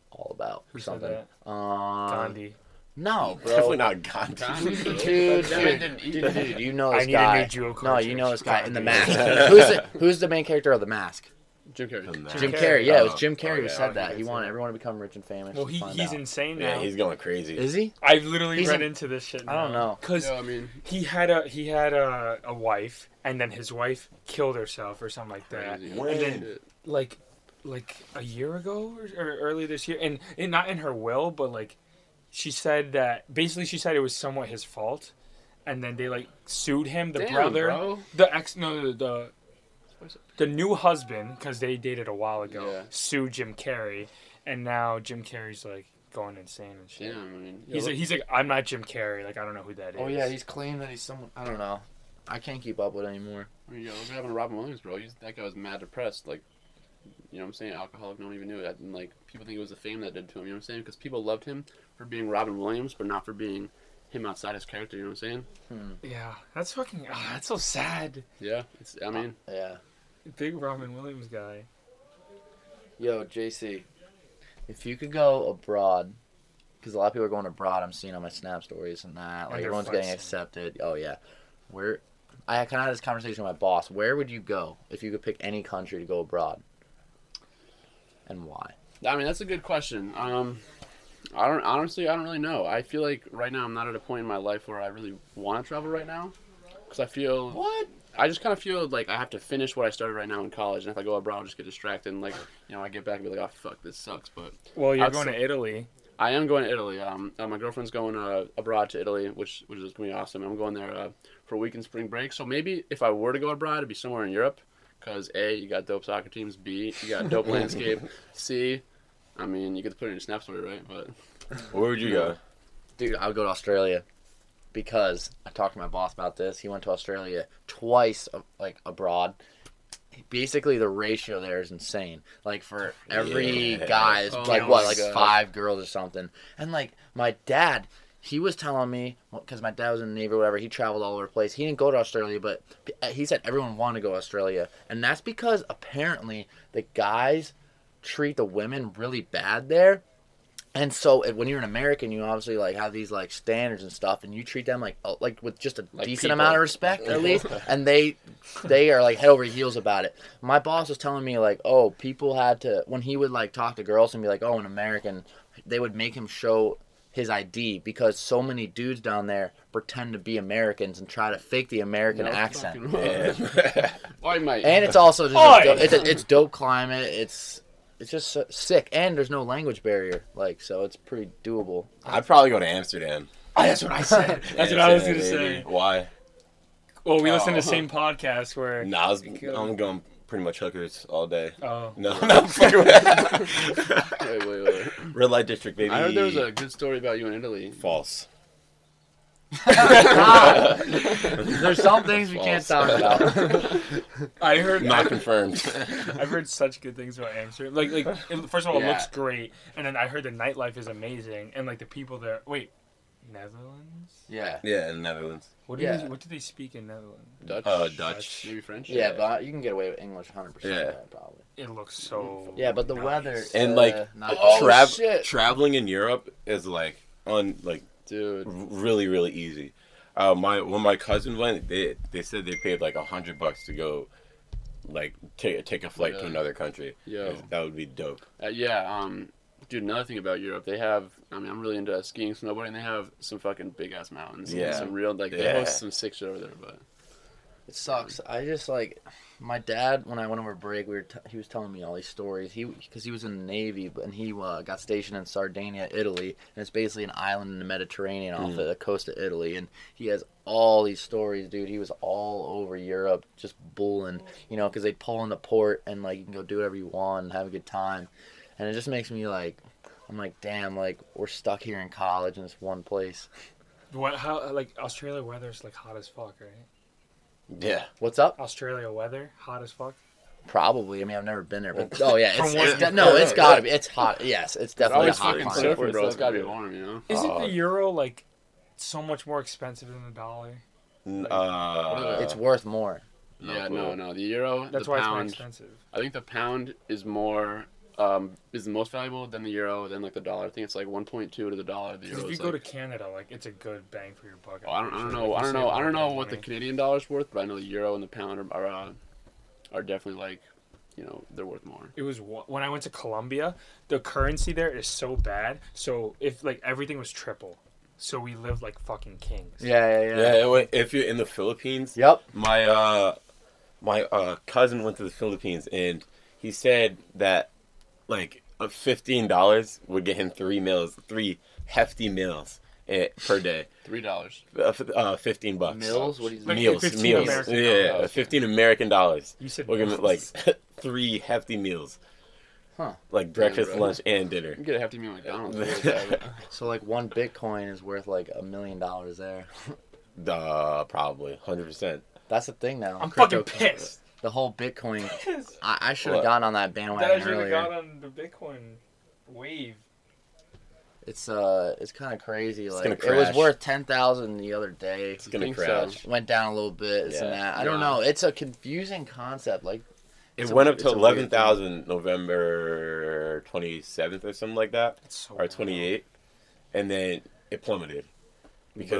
Speaker 1: all about." Or
Speaker 4: Who said
Speaker 1: something. Um,
Speaker 4: Gandhi. [laughs]
Speaker 1: No, bro.
Speaker 3: Definitely not Gandhi.
Speaker 2: Gandhi, bro.
Speaker 1: Dude,
Speaker 2: That man didn't eat.
Speaker 1: Dude, dude, you know
Speaker 4: I
Speaker 1: this
Speaker 4: need a
Speaker 1: guy.
Speaker 4: new dual
Speaker 1: no, you know this guy in the mask.
Speaker 4: cartridge. [laughs]
Speaker 1: who's, the, who's the main character of the mask?
Speaker 2: Jim Carrey.
Speaker 1: Jim
Speaker 4: Carrey.
Speaker 1: Carrey. Yeah, it was
Speaker 3: Oh,
Speaker 1: Jim Carrey
Speaker 3: oh,
Speaker 1: who
Speaker 3: yeah.
Speaker 1: said
Speaker 4: Oh,
Speaker 1: that.
Speaker 4: he
Speaker 1: He
Speaker 4: did
Speaker 1: wanted
Speaker 4: say that.
Speaker 1: everyone to become rich and famous.
Speaker 4: Well,
Speaker 1: to
Speaker 4: he,
Speaker 1: find
Speaker 4: he's
Speaker 1: out.
Speaker 4: insane
Speaker 3: [laughs]
Speaker 4: now.
Speaker 3: Yeah, he's going crazy.
Speaker 1: Is he?
Speaker 4: I've literally
Speaker 1: he's
Speaker 4: read
Speaker 1: in-
Speaker 4: into this shit.
Speaker 1: I don't know.
Speaker 4: because
Speaker 2: Yeah, I mean,
Speaker 4: he had a he had a, a wife and then his wife killed herself or something like that
Speaker 2: crazy.
Speaker 3: When?
Speaker 2: Shit.
Speaker 4: like like a year ago or, or early this year and, and not in her will but like she said that basically she said it was somewhat his fault and then they like sued him the
Speaker 2: Damn,
Speaker 4: brother
Speaker 2: bro.
Speaker 4: the ex no the the, the new husband because they dated a while ago
Speaker 2: Yeah.
Speaker 4: sued jim carrey and now jim carrey's like going insane and shit
Speaker 2: Damn, I mean,
Speaker 4: he's like he's like i'm not jim carrey like i don't know who that is
Speaker 1: Oh yeah, he's claimed that he's someone. I don't know. I can't keep up with it anymore.
Speaker 2: I mean, yo, look what happened to Robin Williams, bro. He's, that guy was mad depressed. Like, you know what I'm saying? Alcoholic, no one even knew it. And, like, people think it was the fame that did to him, you know what I'm saying? Because people loved him for being Robin Williams, but not for being him outside his character, you know what I'm saying?
Speaker 4: yeah that's fucking ah, that's so sad
Speaker 2: Yeah. It's, I mean,
Speaker 1: Yeah.
Speaker 4: Big Robin Williams guy.
Speaker 1: Yo, JC, if you could go abroad, because a lot of people are going abroad. I'm seeing on my Snap stories and that. Like
Speaker 4: And they're
Speaker 1: everyone's getting
Speaker 4: flexing.
Speaker 1: accepted. Oh yeah. Where? I kind of had this conversation with my boss. Where would you go if you could pick any country to go abroad? And why?
Speaker 2: I mean, that's a good question. Um, I don't honestly, I don't really know. I feel like right now I'm not at a point in my life where I really want to travel right now, because I feel
Speaker 1: What?
Speaker 2: I just kind of feel like I have to finish what I started right now in college, and if I go abroad, I'll just get distracted. And like, you know, I get back and be like, oh fuck, this sucks. But
Speaker 4: Well, you're
Speaker 2: I'd
Speaker 4: going to Italy.
Speaker 2: I am going to Italy. Um, uh, my girlfriend's going uh, abroad to Italy, which which is gonna be awesome. I'm going there uh, for a week in spring break. So maybe if I were to go abroad, it'd be somewhere in Europe, because a you got dope soccer teams, b you
Speaker 1: [laughs]
Speaker 2: got dope landscape, c I mean you get to put it in your snap story, right? But
Speaker 3: Where would you go?
Speaker 1: Dude, I would go to Australia because I talked to my boss about this. He went to Australia twice, uh, like abroad. Basically, the ratio there is insane. Like for every
Speaker 3: Yeah.
Speaker 1: guy, it's
Speaker 2: Oh
Speaker 1: like what,
Speaker 2: my
Speaker 1: like
Speaker 2: God.
Speaker 1: five girls or something. And like my dad, he was telling me because my dad was in the navy, or whatever. He traveled all over the place. He didn't go to Australia, but uh, he said everyone wanted to go to Australia, and that's because apparently the guys treat the women really bad there. And so it- when you're an American, you obviously like have these like standards and stuff, and you treat them like uh, like with just a
Speaker 2: Like
Speaker 1: decent
Speaker 2: people.
Speaker 1: amount of respect
Speaker 2: [laughs]
Speaker 1: at least, and they they are like head over heels about it. My boss was telling me like, oh, people had to when he would like talk to girls and be like, oh, an American, they would make him show his ID because so many dudes down there pretend to be Americans and try to fake the American
Speaker 2: No
Speaker 1: accent.
Speaker 2: fucking way. [laughs] Or you might.
Speaker 1: And it's also just
Speaker 4: Oi!
Speaker 1: dope, it's, it's dope climate. It's it's just so- sick, and there's no language barrier, like so it's pretty doable.
Speaker 3: [laughs]
Speaker 1: [laughs]
Speaker 4: [laughs]
Speaker 3: I'd probably go to Amsterdam.
Speaker 4: Oh, that's what I said. that's what I was
Speaker 3: Amsterdam,
Speaker 4: gonna
Speaker 3: baby.
Speaker 4: say.
Speaker 3: Why?
Speaker 4: Well, we listen to
Speaker 2: Oh.
Speaker 4: the same podcast where.
Speaker 3: Nah, I was, I'm going pretty much hookers all day.
Speaker 4: Oh.
Speaker 3: No, [laughs] no, fuck with
Speaker 4: [laughs]
Speaker 2: wait, wait, wait.
Speaker 3: Red light district, baby.
Speaker 4: [laughs]
Speaker 2: I heard there was a good story about you in Italy.
Speaker 3: false.
Speaker 1: There's some things we can't talk about.
Speaker 4: I
Speaker 3: [laughs]
Speaker 4: heard
Speaker 3: Not
Speaker 4: [laughs]
Speaker 3: confirmed.
Speaker 4: I've heard such good things about Amsterdam. Like, like it, first of all, it
Speaker 2: Yeah.
Speaker 4: looks great, and then I heard the nightlife is amazing, and like the people there. Wait, Netherlands?
Speaker 1: Yeah.
Speaker 3: yeah, in Netherlands.
Speaker 4: What do they-
Speaker 1: Yeah.
Speaker 4: what do they speak in Netherlands?
Speaker 2: Dutch.
Speaker 3: Uh, Dutch.
Speaker 2: Maybe French.
Speaker 1: Yeah, but you can get away with English 100%
Speaker 3: Yeah.
Speaker 1: probably.
Speaker 4: It looks so.
Speaker 1: Yeah, but the
Speaker 4: nice.
Speaker 1: weather
Speaker 3: And,
Speaker 1: uh,
Speaker 3: like,
Speaker 1: not
Speaker 2: Oh,
Speaker 3: Trav-
Speaker 2: shit.
Speaker 3: Traveling in Europe is like on like r-
Speaker 2: dude.
Speaker 3: really really easy. Uh, my when my cousin went, they they said they paid like a hundred bucks to go, like take take a flight to
Speaker 2: Really?
Speaker 3: another country.
Speaker 2: Yo.
Speaker 3: that would be dope.
Speaker 2: Uh, yeah. Um, dude. Another thing about Europe, they have. I mean, I'm really into skiing, snowboarding. They have some fucking big ass mountains. and
Speaker 3: Yeah.
Speaker 2: Some real like they
Speaker 3: Yeah.
Speaker 2: host some sick shit over there, but
Speaker 1: It sucks. I just like my dad when I went over break. We were t- he was telling me all these stories. He because he was in the navy, but and he uh, got stationed in Sardinia, Italy, and it's basically an island in the Mediterranean off of the coast of Italy. And he has all these stories, dude. He was all over Europe just bulling, you know, because they pull into port and like you can go do whatever you want and have a good time. And it just makes me like, I'm like, damn, like we're stuck here in college in this one place.
Speaker 4: What? How? Like Australia weather's like hot as fuck, right?
Speaker 3: Yeah,
Speaker 1: What's up?
Speaker 4: Australia weather hot as fuck.
Speaker 1: Probably. I mean, I've never been there, [laughs] but oh yeah, it's,
Speaker 4: From
Speaker 1: it's
Speaker 4: what-
Speaker 1: de- no, it's gotta be. It's hot. Yes, it's definitely a
Speaker 2: always
Speaker 1: hot
Speaker 2: fucking
Speaker 1: climate.
Speaker 2: surfing, bro. It's gotta be
Speaker 3: Yeah.
Speaker 2: warm, you know.
Speaker 4: Isn't
Speaker 3: Uh,
Speaker 4: the euro like so much more expensive than the dollar?
Speaker 3: N- uh,
Speaker 1: It's worth more.
Speaker 3: No
Speaker 2: yeah,
Speaker 3: clue.
Speaker 2: no, no. The euro,
Speaker 4: That's
Speaker 2: the
Speaker 4: why
Speaker 2: pound.
Speaker 4: it's more expensive.
Speaker 2: I think the pound is more um, is the most valuable than the euro, than like the dollar. I think it's like 1.2 to the dollar. The
Speaker 4: Because
Speaker 2: euro.
Speaker 4: if you
Speaker 2: is
Speaker 4: go
Speaker 2: like-
Speaker 4: to Canada, like it's a good bang for your buck.
Speaker 2: oh, I don't, I
Speaker 4: I'm
Speaker 2: don't
Speaker 4: sure.
Speaker 2: know,
Speaker 4: Like,
Speaker 2: I don't
Speaker 4: you save
Speaker 2: know,
Speaker 4: a
Speaker 2: I
Speaker 4: lot
Speaker 2: don't
Speaker 4: of
Speaker 2: know
Speaker 4: money.
Speaker 2: what the Canadian dollar's worth, but I know the euro and the pound are are, uh, are definitely like, you know, they're worth more.
Speaker 4: It was wa- when I went to Colombia. The currency there is so bad. So if like everything was triple, so we lived like fucking kings.
Speaker 1: Yeah, yeah, yeah.
Speaker 3: Yeah, when- if you're in the Philippines,
Speaker 1: Yep.
Speaker 3: my uh my uh cousin went to the Philippines and he said that like uh, fifteen dollars would get him three meals, three hefty meals eh, per day.
Speaker 2: Three dollars.
Speaker 3: Uh, f- uh, fifteen bucks.
Speaker 1: Mills. What do you
Speaker 4: Like,
Speaker 3: Meals,
Speaker 4: 15
Speaker 3: meals,
Speaker 4: American
Speaker 3: yeah, yeah,
Speaker 2: dollars.
Speaker 3: fifteen American dollars.
Speaker 4: You said
Speaker 3: We'll give him like
Speaker 4: meals.
Speaker 3: [laughs] three hefty meals,
Speaker 1: Huh.
Speaker 3: like breakfast,
Speaker 2: bro.
Speaker 3: lunch, and dinner.
Speaker 2: You can get a hefty meal at McDonald's.
Speaker 1: So like one Bitcoin is worth like a million dollars there.
Speaker 3: Duh, probably hundred percent.
Speaker 1: That's the thing now.
Speaker 4: I'm
Speaker 1: Crypto-
Speaker 2: [laughs]
Speaker 4: fucking pissed.
Speaker 1: The whole Bitcoin.
Speaker 4: Pissed.
Speaker 1: I, I should have
Speaker 3: What?
Speaker 1: gotten on that
Speaker 2: Oh,
Speaker 4: That I
Speaker 1: bandwagon
Speaker 4: should have got
Speaker 1: earlier.
Speaker 4: on the Bitcoin wave.
Speaker 1: It's uh, it's kind of crazy. Like
Speaker 3: gonna
Speaker 1: it was
Speaker 3: crash.
Speaker 1: worth ten thousand the other day.
Speaker 3: It's gonna
Speaker 2: think so?
Speaker 3: crash.
Speaker 1: Went down a little bit. This and
Speaker 3: Yeah.
Speaker 1: that. I don't
Speaker 2: Yeah.
Speaker 1: know. It's a confusing concept. Like
Speaker 3: It
Speaker 1: It's a-
Speaker 3: went up
Speaker 1: it's
Speaker 3: to
Speaker 1: a weird
Speaker 3: eleven thousand November twenty seventh or something like that,
Speaker 4: That's
Speaker 2: Oh,
Speaker 4: so
Speaker 3: or twenty eighth, and then it plummeted because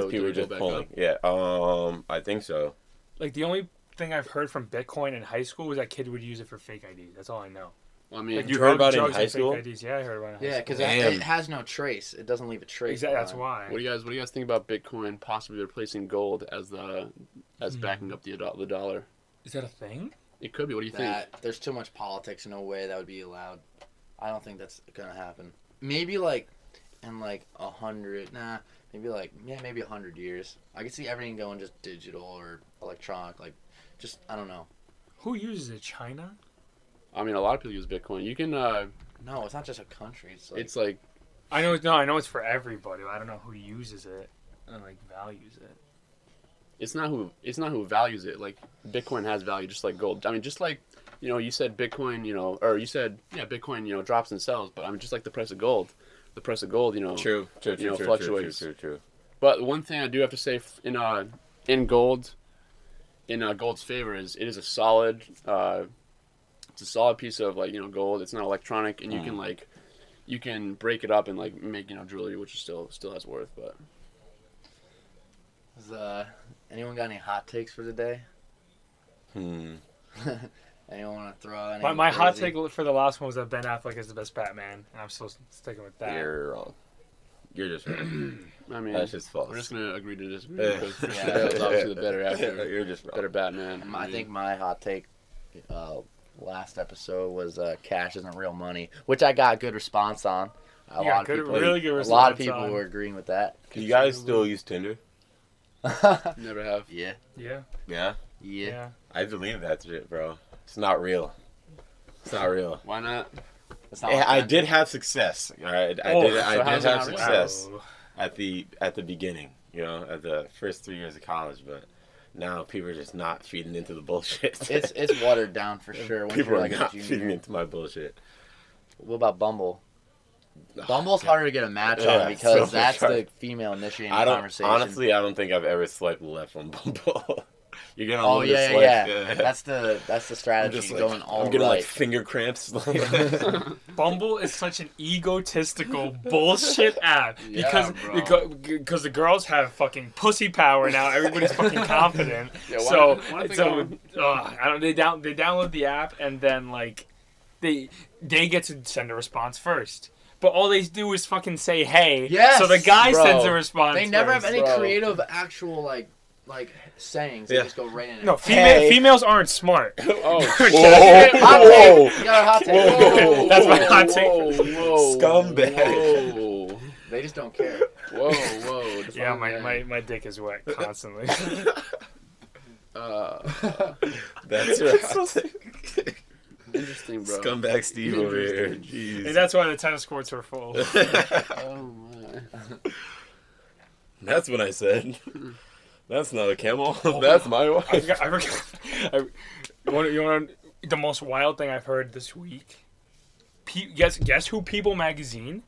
Speaker 2: Bro, did
Speaker 3: people were
Speaker 2: it go
Speaker 3: just
Speaker 2: back
Speaker 3: pulling. Yeah, um, I think so.
Speaker 4: Like the only thing I've heard from Bitcoin in high school was that kid would use it for fake IDs. That's all I know.
Speaker 2: Well, I
Speaker 4: Like,
Speaker 2: mean,
Speaker 3: you heard about it in
Speaker 4: drugs
Speaker 3: high
Speaker 4: and fake
Speaker 3: school?
Speaker 4: IDs. Yeah, I heard about it. in high
Speaker 1: yeah, because
Speaker 4: school.
Speaker 1: it,
Speaker 3: Damn.
Speaker 1: it has no trace. It doesn't leave a trace.
Speaker 4: exactly that's
Speaker 1: behind.
Speaker 4: why.
Speaker 2: what do you guys, what do you guys think about Bitcoin possibly replacing gold as the, as backing up the do- the dollar?
Speaker 4: Is that a thing?
Speaker 2: It could be. What do you think?
Speaker 1: that there's too much politics no way that would be allowed i don't think that's gonna happen maybe like in like a hundred nah maybe like yeah maybe a hundred years i could see everything going just digital or electronic like just i don't know
Speaker 4: Who uses it? China?
Speaker 2: I mean, a lot of people use Bitcoin. You can, uh,
Speaker 1: no it's not just a country it's like
Speaker 2: it's like
Speaker 4: I know. No, I know it's for everybody. But I don't know who uses it and like values it.
Speaker 2: it's not who it's not who values it. Like Bitcoin has value, just like gold. I mean, just like you know, you said Bitcoin, you know, or you said yeah, Bitcoin, you know, drops and sells. But I mean, just like the price of gold, the price of gold, you know,
Speaker 3: True, true,
Speaker 2: You know,
Speaker 3: true, true, true,
Speaker 2: fluctuates.
Speaker 3: true, true.
Speaker 2: But one thing I do have to say f- in uh, in gold, in uh, gold's favor is it is a solid, uh, it's a solid piece of like you know gold. It's not electronic, and you
Speaker 4: Mm.
Speaker 2: can like, you can break it up and like make you know jewelry, which is still still has worth. But
Speaker 1: is, uh, anyone got any hot takes for today
Speaker 3: Hmm.
Speaker 1: anyone want to throw out any
Speaker 4: My, my hot
Speaker 1: crazy-
Speaker 4: take for the last one was that Ben Affleck is the best Batman, and I'm still sticking with that.
Speaker 3: You're wrong. You're
Speaker 2: [clears throat]
Speaker 3: just wrong.
Speaker 2: I mean,
Speaker 3: That's just false.
Speaker 2: we're just gonna agree to disagree
Speaker 3: Yeah.
Speaker 2: because
Speaker 4: [laughs]
Speaker 2: [laughs] Christian Bale's obviously the
Speaker 3: [laughs]
Speaker 2: better actor,
Speaker 3: You're just wrong.
Speaker 2: better Batman.
Speaker 1: I
Speaker 2: mean,
Speaker 1: think my hot take uh, last episode was uh, cash isn't real money, which I got good response on. A
Speaker 4: You got good- really good
Speaker 1: A lot of
Speaker 4: response
Speaker 1: people
Speaker 4: on-
Speaker 1: were agreeing with that. [laughs]
Speaker 3: Do you guys still use Tinder?
Speaker 2: never have.
Speaker 1: yeah,
Speaker 4: Yeah,
Speaker 3: Yeah,
Speaker 4: yeah.
Speaker 1: yeah.
Speaker 3: I deleted that shit, bro. It's not real. It's not real.
Speaker 2: Why
Speaker 4: [laughs]
Speaker 2: not?
Speaker 1: It's
Speaker 3: Yeah, I
Speaker 1: like-
Speaker 3: did have success. All right, I
Speaker 4: Oh,
Speaker 3: did.
Speaker 4: so
Speaker 3: I
Speaker 2: how's
Speaker 3: did
Speaker 2: it
Speaker 3: have
Speaker 2: not real?
Speaker 3: success
Speaker 4: Wow.
Speaker 3: at the at the beginning. you know, at the first three years of college, but now people are just not feeding into the bullshit.
Speaker 1: It's it's watered down
Speaker 4: [laughs]
Speaker 1: for sure. Once
Speaker 3: [laughs] people "Ah,
Speaker 1: you're
Speaker 3: are
Speaker 1: like
Speaker 3: not
Speaker 1: a
Speaker 3: feeding
Speaker 1: junior.
Speaker 3: into my bullshit.
Speaker 1: What about Bumble?
Speaker 3: Oh,
Speaker 1: Bumble's harder to get a match
Speaker 3: Yeah,
Speaker 1: on because
Speaker 3: so
Speaker 1: that's
Speaker 3: hard.
Speaker 1: the female initiating
Speaker 3: I
Speaker 1: the
Speaker 3: don't
Speaker 1: conversation.
Speaker 3: honestly. I don't think I've ever swiped left on [laughs] Bumble. You're gonna
Speaker 1: oh yeah,
Speaker 3: unlimited
Speaker 1: yeah,
Speaker 3: swipes,
Speaker 1: yeah, That's the that's the strategy.
Speaker 3: uh, [laughs] I'm just like,
Speaker 1: going all
Speaker 3: I'm getting like
Speaker 1: right. [laughs]
Speaker 3: finger cramps. [laughs]
Speaker 4: Bumble is such an
Speaker 1: [laughs]
Speaker 4: egotistical bullshit app
Speaker 2: Yeah,
Speaker 4: because
Speaker 2: bro.
Speaker 4: because the girls have fucking pussy power now.
Speaker 2: [laughs]
Speaker 4: Everybody's fucking confident.
Speaker 2: Yeah, why
Speaker 4: so
Speaker 2: don't- why don't they
Speaker 4: so
Speaker 2: go
Speaker 4: ugh, I don't. They down they download the app and then like they they get to send a response first. But all they do is fucking say hey.
Speaker 1: Yes,
Speaker 4: so the guy
Speaker 1: bro.
Speaker 4: sends a response.
Speaker 1: they never have
Speaker 4: first.
Speaker 1: any
Speaker 2: bro.
Speaker 1: creative actual like like sayings. They
Speaker 3: Yeah.
Speaker 1: just go right in. it.
Speaker 4: No, female,
Speaker 1: Hey.
Speaker 4: females
Speaker 2: [laughs]
Speaker 4: aren't smart.
Speaker 2: Oh,
Speaker 1: Hot take. You got a
Speaker 4: [laughs]
Speaker 1: hot take.
Speaker 3: Whoa.
Speaker 4: That's my hot take.
Speaker 2: Whoa, whoa,
Speaker 3: Scumbag.
Speaker 2: Whoa,
Speaker 1: They just don't care.
Speaker 2: whoa, whoa.
Speaker 4: Yeah, my, my, my dick
Speaker 2: [laughs]
Speaker 4: is wet constantly. [laughs]
Speaker 2: Uh,
Speaker 1: [laughs]
Speaker 3: That's right.
Speaker 2: interesting, bro.
Speaker 3: [laughs] Scumbag Steve over here.
Speaker 4: and
Speaker 3: Jeez.
Speaker 4: that's why the tennis courts are full.
Speaker 2: Oh my.
Speaker 3: [laughs] That's what
Speaker 1: [laughs]
Speaker 3: I said. That's not a camel.
Speaker 1: Oh,
Speaker 3: [laughs] That's my
Speaker 4: I
Speaker 3: wife.
Speaker 4: forgot. I forgot [laughs] I, wanna- you wanna- the most wild thing I've heard this week. Pe- guess guess who People Magazine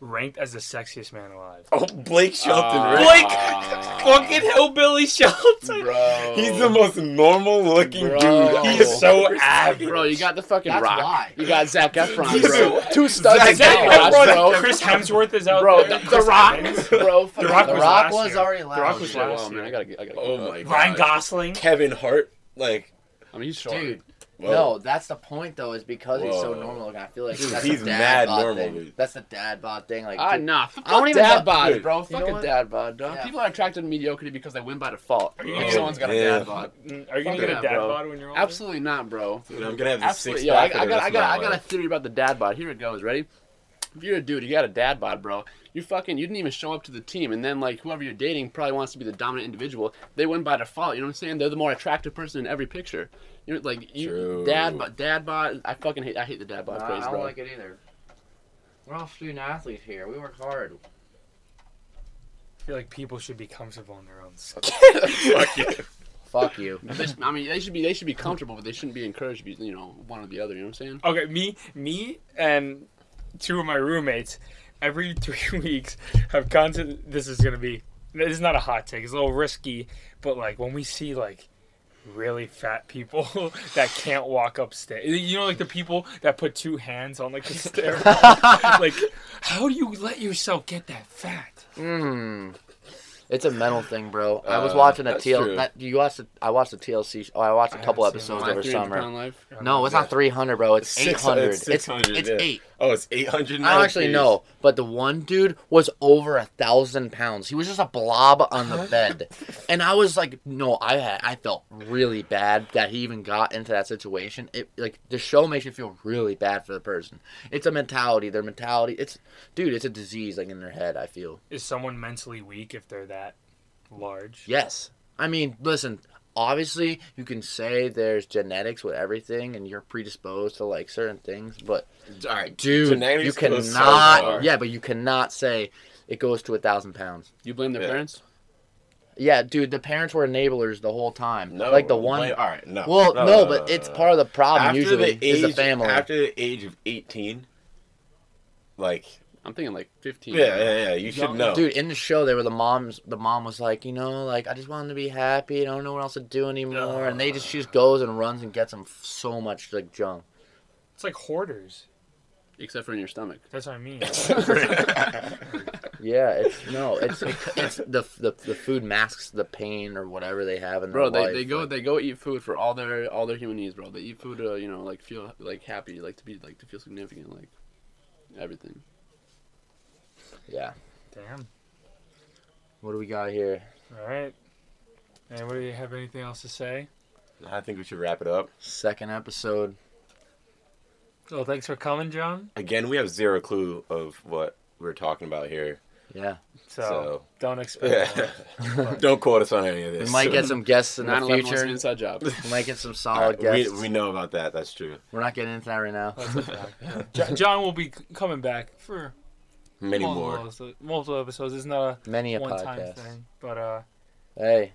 Speaker 4: ranked as the sexiest man alive?
Speaker 3: Oh, Blake Shelton,
Speaker 2: Ah.
Speaker 3: right?
Speaker 4: Blake fucking hillbilly Shelton.
Speaker 2: Bro.
Speaker 3: He's the most normal looking
Speaker 2: Oh. Bro.
Speaker 3: dude.
Speaker 4: He is so average.
Speaker 2: Bro, you got the fucking
Speaker 1: That's
Speaker 2: rock.
Speaker 1: why.
Speaker 2: You got Zach Efron,
Speaker 3: He's
Speaker 2: bro.
Speaker 3: so-
Speaker 2: Two studs.
Speaker 3: Zac
Speaker 2: in Zach
Speaker 3: Efron.
Speaker 2: Efron, bro.
Speaker 4: Chris Hemsworth is out
Speaker 2: Bro,
Speaker 4: there.
Speaker 2: The
Speaker 4: Chris
Speaker 2: Rock.
Speaker 4: Evans.
Speaker 2: Bro, fuck.
Speaker 4: The Rock
Speaker 1: The
Speaker 4: was
Speaker 1: Rock
Speaker 4: last
Speaker 1: was
Speaker 4: year.
Speaker 1: already last.
Speaker 4: Rock
Speaker 1: year.
Speaker 4: was
Speaker 2: Shit, wow,
Speaker 4: last
Speaker 2: man, I
Speaker 4: year.
Speaker 2: gotta, get- I gotta.
Speaker 3: Oh
Speaker 2: keep up.
Speaker 3: my god.
Speaker 4: Ryan Gosling.
Speaker 3: Kevin Hart, like,
Speaker 2: I mean, he's short.
Speaker 1: Dude,
Speaker 3: Whoa.
Speaker 1: no, that's the point though. Is because he's so
Speaker 3: Whoa.
Speaker 1: normal looking. I feel like
Speaker 3: Dude,
Speaker 1: that's
Speaker 3: he's
Speaker 1: a dad
Speaker 3: mad
Speaker 1: bod
Speaker 3: normal,
Speaker 1: thing.
Speaker 3: dude.
Speaker 1: That's a dad bod thing. Like,
Speaker 2: Ah,
Speaker 1: dude,
Speaker 2: nah. Fuck
Speaker 1: I don't even
Speaker 2: dad
Speaker 1: know-
Speaker 2: bod,
Speaker 3: Dude,
Speaker 2: bro.
Speaker 1: you
Speaker 2: Fuck
Speaker 1: know
Speaker 2: a
Speaker 1: what?
Speaker 2: dad bod, dog.
Speaker 1: Yeah.
Speaker 2: People are attracted to mediocrity because they win by default.
Speaker 4: Are you
Speaker 2: if
Speaker 4: gonna-
Speaker 2: someone's got a
Speaker 3: Yeah.
Speaker 2: dad bod.
Speaker 4: Mm, Are
Speaker 2: Fuck
Speaker 4: you gonna get
Speaker 2: yeah,
Speaker 4: a dad
Speaker 2: bro.
Speaker 4: bod when you're older?
Speaker 2: Absolutely not, bro.
Speaker 3: dude, I'm gonna have the six
Speaker 2: Absolutely. Yo, I, I
Speaker 3: pack.
Speaker 2: got, I got, I got, a theory about the dad bod. Here it goes. Ready? If you're a dude, you got a dad bod, bro. You fucking, you didn't even show up to the team, and then like whoever you're dating probably wants to be the dominant individual. They win by default. You know what I'm saying? They're the more attractive person in every picture. You know, like you,
Speaker 3: True.
Speaker 2: dad bod, dad bod. I fucking hate, I hate the dad bod
Speaker 1: Nah,
Speaker 2: phrase,
Speaker 1: I
Speaker 2: bro.
Speaker 1: don't like it either. We're all student athletes here. We work hard.
Speaker 4: I feel like people should be comfortable in their own skin.
Speaker 2: [laughs]
Speaker 3: Fuck you.
Speaker 1: Fuck [laughs] you.
Speaker 2: They should- I mean, they should be, they should be comfortable, but they shouldn't be encouraged to be, you know, one or the other. You know what I'm saying?
Speaker 4: Okay, me, me, and two of my roommates every [laughs] three weeks have gone to. This is gonna be. This is not a hot take. It's a little risky, but like when we see like really fat people [laughs] that can't walk upstairs, you know, like the people that put two hands on like the stair. like, how do you let yourself get that fat?
Speaker 1: Mm. It's a mental thing, bro. I was
Speaker 3: Uh,
Speaker 1: watching a
Speaker 3: that's
Speaker 1: TL.
Speaker 3: true.
Speaker 1: That, you watched? The, I watched the TLC. sh- Oh, I watched a
Speaker 4: I
Speaker 1: couple
Speaker 4: haven't seen
Speaker 1: episodes
Speaker 4: it.
Speaker 1: over summer.
Speaker 2: Pound life.
Speaker 1: No, it's not 300, bro. It's
Speaker 3: Six- uh,
Speaker 1: 800.
Speaker 3: it's
Speaker 1: It's, it's,
Speaker 3: 600, yeah.
Speaker 1: eight.
Speaker 3: Oh, it's 800
Speaker 1: I don't actually know, but the one dude was over a thousand pounds. He was just a blob on the bed, and I was like, no, I had, I felt really bad that he even got into that situation. It like the show makes you feel really bad for the person. It's a mentality. Their mentality. It's dude. It's a disease like in their head. I feel.
Speaker 4: Is someone mentally weak if they're that large?
Speaker 1: Yes. I mean, listen, obviously you can say there's genetics with everything and you're predisposed to like certain things, but
Speaker 3: All right,
Speaker 1: dude,
Speaker 3: Genetics
Speaker 1: you
Speaker 3: goes so
Speaker 1: cannot
Speaker 3: far.
Speaker 1: Yeah, but you cannot say it goes to a thousand pounds.
Speaker 2: You blame their
Speaker 3: Yeah.
Speaker 2: parents?
Speaker 1: Yeah, dude, the parents were enablers the whole time.
Speaker 3: No,
Speaker 1: like the one
Speaker 3: wait, all right, no.
Speaker 1: Well, no, but it's part of the problem
Speaker 3: after
Speaker 1: usually
Speaker 3: the
Speaker 1: is
Speaker 3: age,
Speaker 1: the family.
Speaker 3: After the age of 18, like,
Speaker 2: I'm thinking like 15.
Speaker 3: yeah, yeah, yeah, you should know. [laughs]
Speaker 1: Dude, in the show, they were the moms. The mom was like, you know, like I just wanted to be happy. I don't know what else to do anymore. And they just she just goes and runs and gets them f- so much like junk.
Speaker 4: It's like hoarders.
Speaker 2: Except for in your stomach.
Speaker 4: That's what
Speaker 1: [laughs]
Speaker 4: I mean.
Speaker 1: Yeah, it's no, it's it's [laughs] the the the food masks the pain or whatever they have in
Speaker 2: Bro,
Speaker 1: their
Speaker 2: they,
Speaker 1: life.
Speaker 2: they go
Speaker 1: like-
Speaker 2: they go eat food for all their all their human needs, bro. They eat food to you know like feel like happy, like to be like to feel significant, like everything.
Speaker 1: yeah.
Speaker 4: Damn.
Speaker 1: What do we got here?
Speaker 4: All right. Anybody have anything else to say?
Speaker 3: I think we should wrap it up.
Speaker 1: Second episode.
Speaker 4: Well, thanks for coming, John.
Speaker 3: Again, we have zero clue of what we're talking about here.
Speaker 1: Yeah,
Speaker 4: So,
Speaker 3: So- [laughs]
Speaker 4: don't expect. much.
Speaker 3: Don't quote us on any of this.
Speaker 1: we might get some guests in the
Speaker 2: 9/11 was
Speaker 1: future.
Speaker 2: an
Speaker 1: [laughs]
Speaker 2: inside job.
Speaker 1: We might get some
Speaker 3: All
Speaker 1: solid
Speaker 3: right, Uh, we,
Speaker 1: guests.
Speaker 3: we know about that. That's true.
Speaker 1: We're not getting into that right now.
Speaker 4: Jo- John will be c- coming back for
Speaker 3: Many
Speaker 4: multiple
Speaker 3: more.
Speaker 4: episodes, multiple episodes. It's not
Speaker 1: Many
Speaker 4: a
Speaker 1: a
Speaker 4: one time
Speaker 1: podcast.
Speaker 4: thing, but uh,
Speaker 1: Hey,